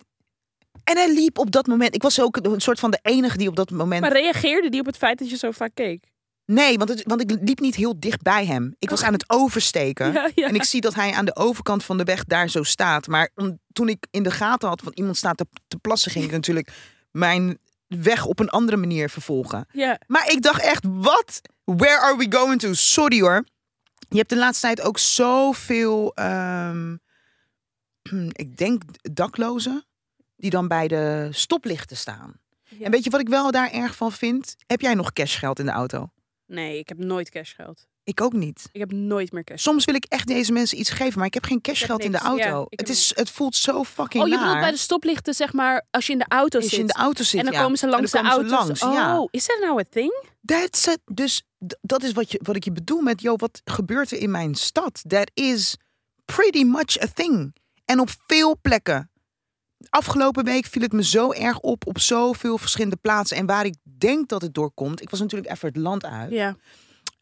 En hij liep op dat moment. Ik was ook een soort van de enige die op dat moment. Maar reageerde die op het feit dat je zo vaak keek? Nee, want, het, want ik liep niet heel dicht bij hem. Ik was aan het oversteken. Oh. Ja, ja. En ik zie dat hij aan de overkant van de weg daar zo staat. Maar om- toen ik in de gaten had van iemand staat te, te plassen, ging ik natuurlijk mijn weg op een andere manier vervolgen. Ja. Maar ik dacht echt, wat? Where are we going to? Sorry hoor. Je hebt de laatste tijd ook zoveel, ehm, ik denk daklozen, die dan bij de stoplichten staan. Ja. En weet je wat ik wel daar erg van vind? Heb jij nog cashgeld in de auto? Nee, ik heb nooit cashgeld. Ik ook niet. Ik heb nooit meer cash. Soms wil ik echt deze mensen iets geven, maar ik heb geen cashgeld in de niks. Ja, auto. ik heb het, is, het voelt zo fucking Oh, je bedoelt naar bij de stoplichten, zeg maar, als je in de auto als zit. je in de auto zit. en dan ja. komen ze En langs komen de ze auto's. langs, ja. Oh, is dat nou een thing? That's it. Dus d- dat is wat, je, wat ik je bedoel met, joh, wat gebeurt er in mijn stad? That is pretty much a thing. En op veel plekken. Afgelopen week viel het me zo erg op, op zoveel verschillende plaatsen. En waar ik denk dat het doorkomt, ik was natuurlijk even het land uit. Ja,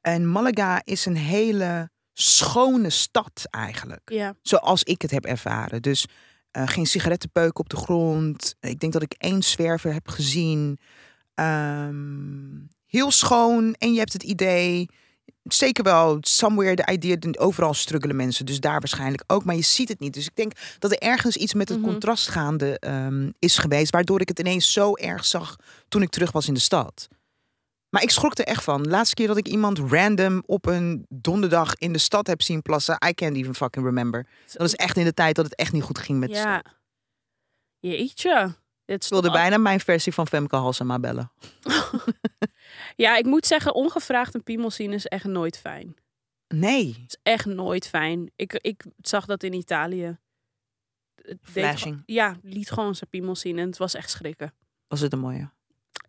En Malaga is een hele schone stad eigenlijk ja. zoals ik het heb ervaren. Dus eh, geen sigarettenpeuk op de grond. Ik denk dat ik één zwerver heb gezien. Ehm, heel schoon. En je hebt het idee. Zeker wel, somewhere the idea, dat overal struggelen mensen. Dus daar waarschijnlijk ook. Maar je ziet het niet. Dus ik denk dat er ergens iets met het Mhm. contrast gaande ehm, is geweest. Waardoor ik het ineens zo erg zag toen ik terug was in de stad. Maar ik schrok er echt van. Laatste keer dat ik iemand random op een donderdag in de stad heb zien plassen. I can't even fucking remember. Dat is echt in de tijd dat het echt niet goed ging met ze. ja. Jeetje. Dit is Ik wilde toch al- bijna mijn versie van Femke Halsema bellen. Ja, ik moet zeggen, ongevraagd een piemel zien is echt nooit fijn. Nee. Het is echt nooit fijn. Ik, ik zag dat in Italië. Het deed Flashing. gewoon- Ja, liet gewoon zijn piemel zien en het was echt schrikken. Was het een mooie?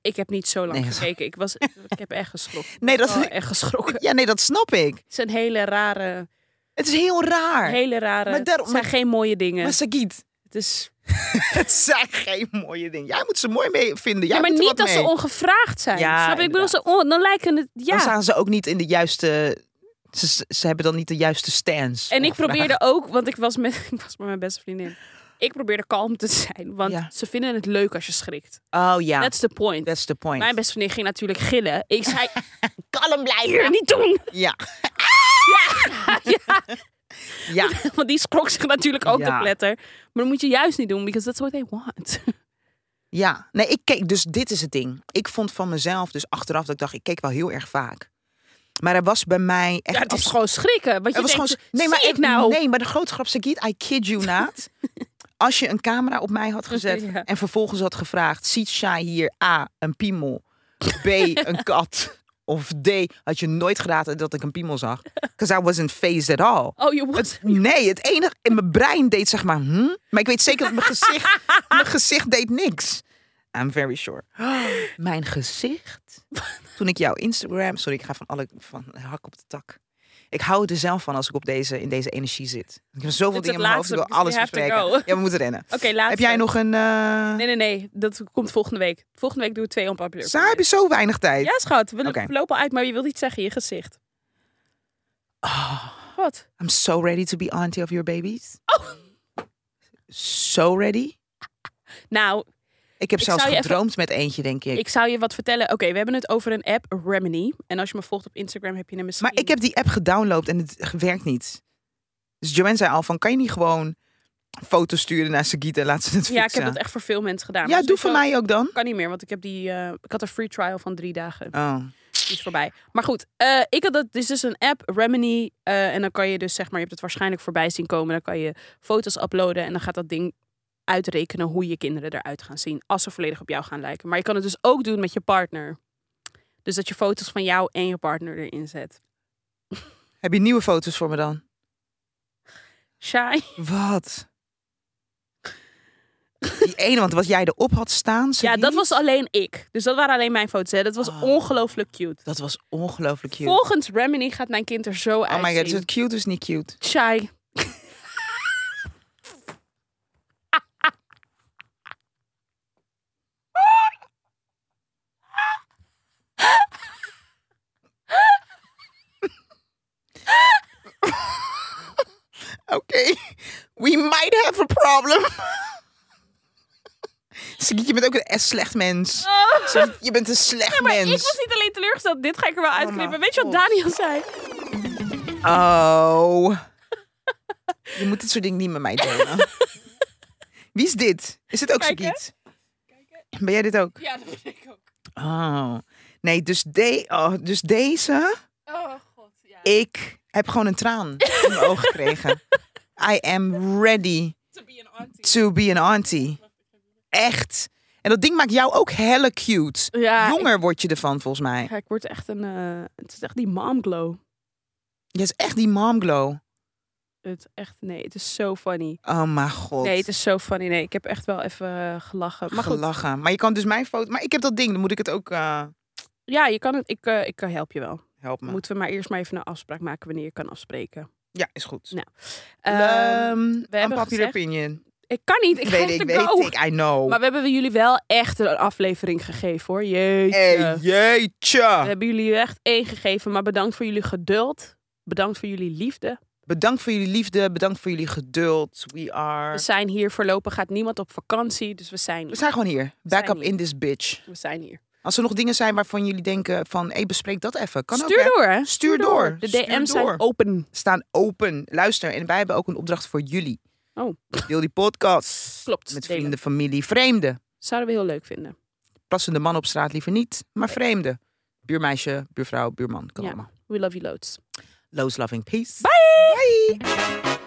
Ik heb niet zo lang Nee, dat- gekeken. Ik, was, ik heb echt geschrokken. Nee, dat, Oh, echt geschrokken. ja, nee, dat snap ik. Het zijn hele rare, Het is heel raar. hele rare. Maar daarom- het zijn maar- geen mooie dingen. Maar Sagiet, het is, het zijn geen mooie dingen. Jij moet ze mooi mee vinden. Jij ja, maar moet er niet wat als ze mee. ongevraagd zijn. Ja, snap je? Ik bedoel, ze on- dan lijken het. Dan Ja. staan ze ook niet in de juiste... Ze, ze hebben dan niet de juiste stance. En ik Ongevraagd. probeerde ook, want ik was, met, ik was met mijn beste vriendin. Ik probeerde kalm te zijn, want Ja. ze vinden het leuk als je schrikt. Oh ja, that's, That's the point. the point. Mijn beste vriendin ging natuurlijk gillen. Ik zei, Kalm hier, blijven. niet doen! Ja. Ja! ja. Ja. Want die schrok zich natuurlijk ook Ja. de pletter. Maar dat moet je juist niet doen, because that's what they want. Ja, nee, ik keek, dus dit is het ding. Ik vond van mezelf, dus achteraf, dat ik dacht, ik keek wel heel erg vaak. Maar er was bij mij echt... Ja, het is afs- gewoon schrikken. Want er je was denkt, gewoon, nee, maar zie ik nou? Nee, maar de grote grap, Sagiet, I kid you not. Als je een camera op mij had gezet Ja. en vervolgens had gevraagd... ziet Shai hier A, een piemel, B, een kat of D... had je nooit geraden dat ik een piemel zag. Because I wasn't phased at all. Oh, je wordt... Nee, het enige in mijn brein deed zeg maar, hm? maar ik weet zeker dat mijn gezicht, mijn gezicht deed niks. I'm very sure. Mijn gezicht. Toen ik jouw Instagram, sorry, ik ga van alle van hak op de tak. Ik hou er zelf van als ik op deze in deze energie zit. Ik heb zoveel Dit is dingen in het mijn hoofd, ik laatste, wil because we alles have to bespreken. go. Ja, we moeten rennen. Oké, laatste. Heb jij nog een? eh Nee, nee, nee. Dat komt volgende week. Volgende week doen we twee onpopulair. Saar, heb je zo weinig tijd? Ja, schat. We Oké. Ah. lopen al uit, maar je wilt iets zeggen. Je gezicht. Wat? I'm so ready to be auntie of your babies. Oh. So ready. Nou, Ik heb Ik zelfs zou je even- gedroomd met eentje, denk ik. ik zou je wat vertellen. Oké, we hebben het over een app, Remini. En als je me volgt op Instagram heb je hem misschien... Maar ik heb die app gedownload en het werkt niet. Dus Joanne zei al van, kan je niet gewoon foto's sturen naar Sagita en laat ze het fixen? Ja, ik heb dat dus echt voor veel mensen gedaan. Ja, Maar doe zoiets voor wel- mij ook dan. Kan niet meer, want ik, heb die, eh, ik had een free trial van drie dagen. Oh. Die is voorbij. Maar goed, eh, ik had dat. Dit is dus een app, Remini. eh, en dan kan je dus, zeg maar, je hebt het waarschijnlijk voorbij zien komen. Dan kan je foto's uploaden en dan gaat dat ding uitrekenen hoe je kinderen eruit gaan zien. Als ze volledig op jou gaan lijken. Maar je kan het dus ook doen met je partner. Dus dat je foto's van jou en je partner erin zet. Heb je nieuwe foto's voor me dan? Shy. Wat? Die ene, want wat jij erop had staan, Ja, Sagit, dat was alleen ik. Dus dat waren alleen mijn foto's. Hè. Dat was Oh. ongelooflijk cute. Dat was ongelooflijk cute. Volgens Remini gaat mijn kind er zo oh my god, is uitzien. het cute is niet cute? Shy. Oké, we might have a problem. Sagiet, je bent ook een S slecht mens. Sagiet, Je bent een slecht Ah. Maar ik mens. Oh was niet alleen teleurgesteld. Dit ga ik er wel uitknippen. Weet je wat God. Daniel zei? Oh. Je moet dit soort dingen niet met mij delen. Wie is dit? Is dit ook Kijk, hè? Sagiet? Ben jij dit ook? Ja, dat vind ik ook. Oh. Nee, dus, de oh, dus deze. Oh god, ja. Ik heb gewoon een traan in mijn ogen gekregen. I am ready To be an auntie. to be an auntie. Echt. En dat ding maakt jou ook helle cute. Ja, Jonger word je ervan, volgens mij. Ik, ja, ik word echt een... eh, het is echt die mom glow. Je is echt die mom glow. Het is echt... Nee, het is zo funny. Oh mijn god. Nee, het is zo funny. Nee, ik heb echt wel even eh, gelachen. Maar goed, Gelachen. Maar je kan dus mijn foto... Maar ik heb dat ding, dan moet ik het ook... eh, ja, je kan het. Ik, eh, ik eh, help je wel. help me. Moeten we maar eerst maar even een afspraak maken wanneer je kan afspreken. Ja, is goed. Nou, Ehm, Ehm we hebben unpopular gezegd- opinion. ik kan niet. Ik, Ik ga weet, even ik te go. weet, ik, I know. Maar we hebben jullie wel echt een aflevering gegeven hoor. Jeetje. hey, jeetje. We hebben jullie echt één gegeven. Maar bedankt voor jullie geduld. Bedankt voor jullie liefde. Bedankt voor jullie liefde, bedankt voor jullie geduld. We We are... zijn hier voorlopig, gaat niemand op vakantie, dus we zijn We hier. zijn gewoon hier. Back zijn up hier. in this bitch. We zijn hier. Als er nog dingen zijn waarvan jullie denken van... hey, bespreek dat even. Kan ook, Stuur hè? door, hè? Stuur door. De Stuur DM's door. zijn open. Staan open. Luister, en wij hebben ook een opdracht voor jullie. Oh. Deel die podcast. Klopt. Met delen. vrienden, familie, vreemden. Zouden we heel leuk vinden. Passende man op straat liever niet, maar vreemden. Buurmeisje, buurvrouw, buurman, kan Ja. allemaal. We love you loads. Lows loving peace. Bye! Bye.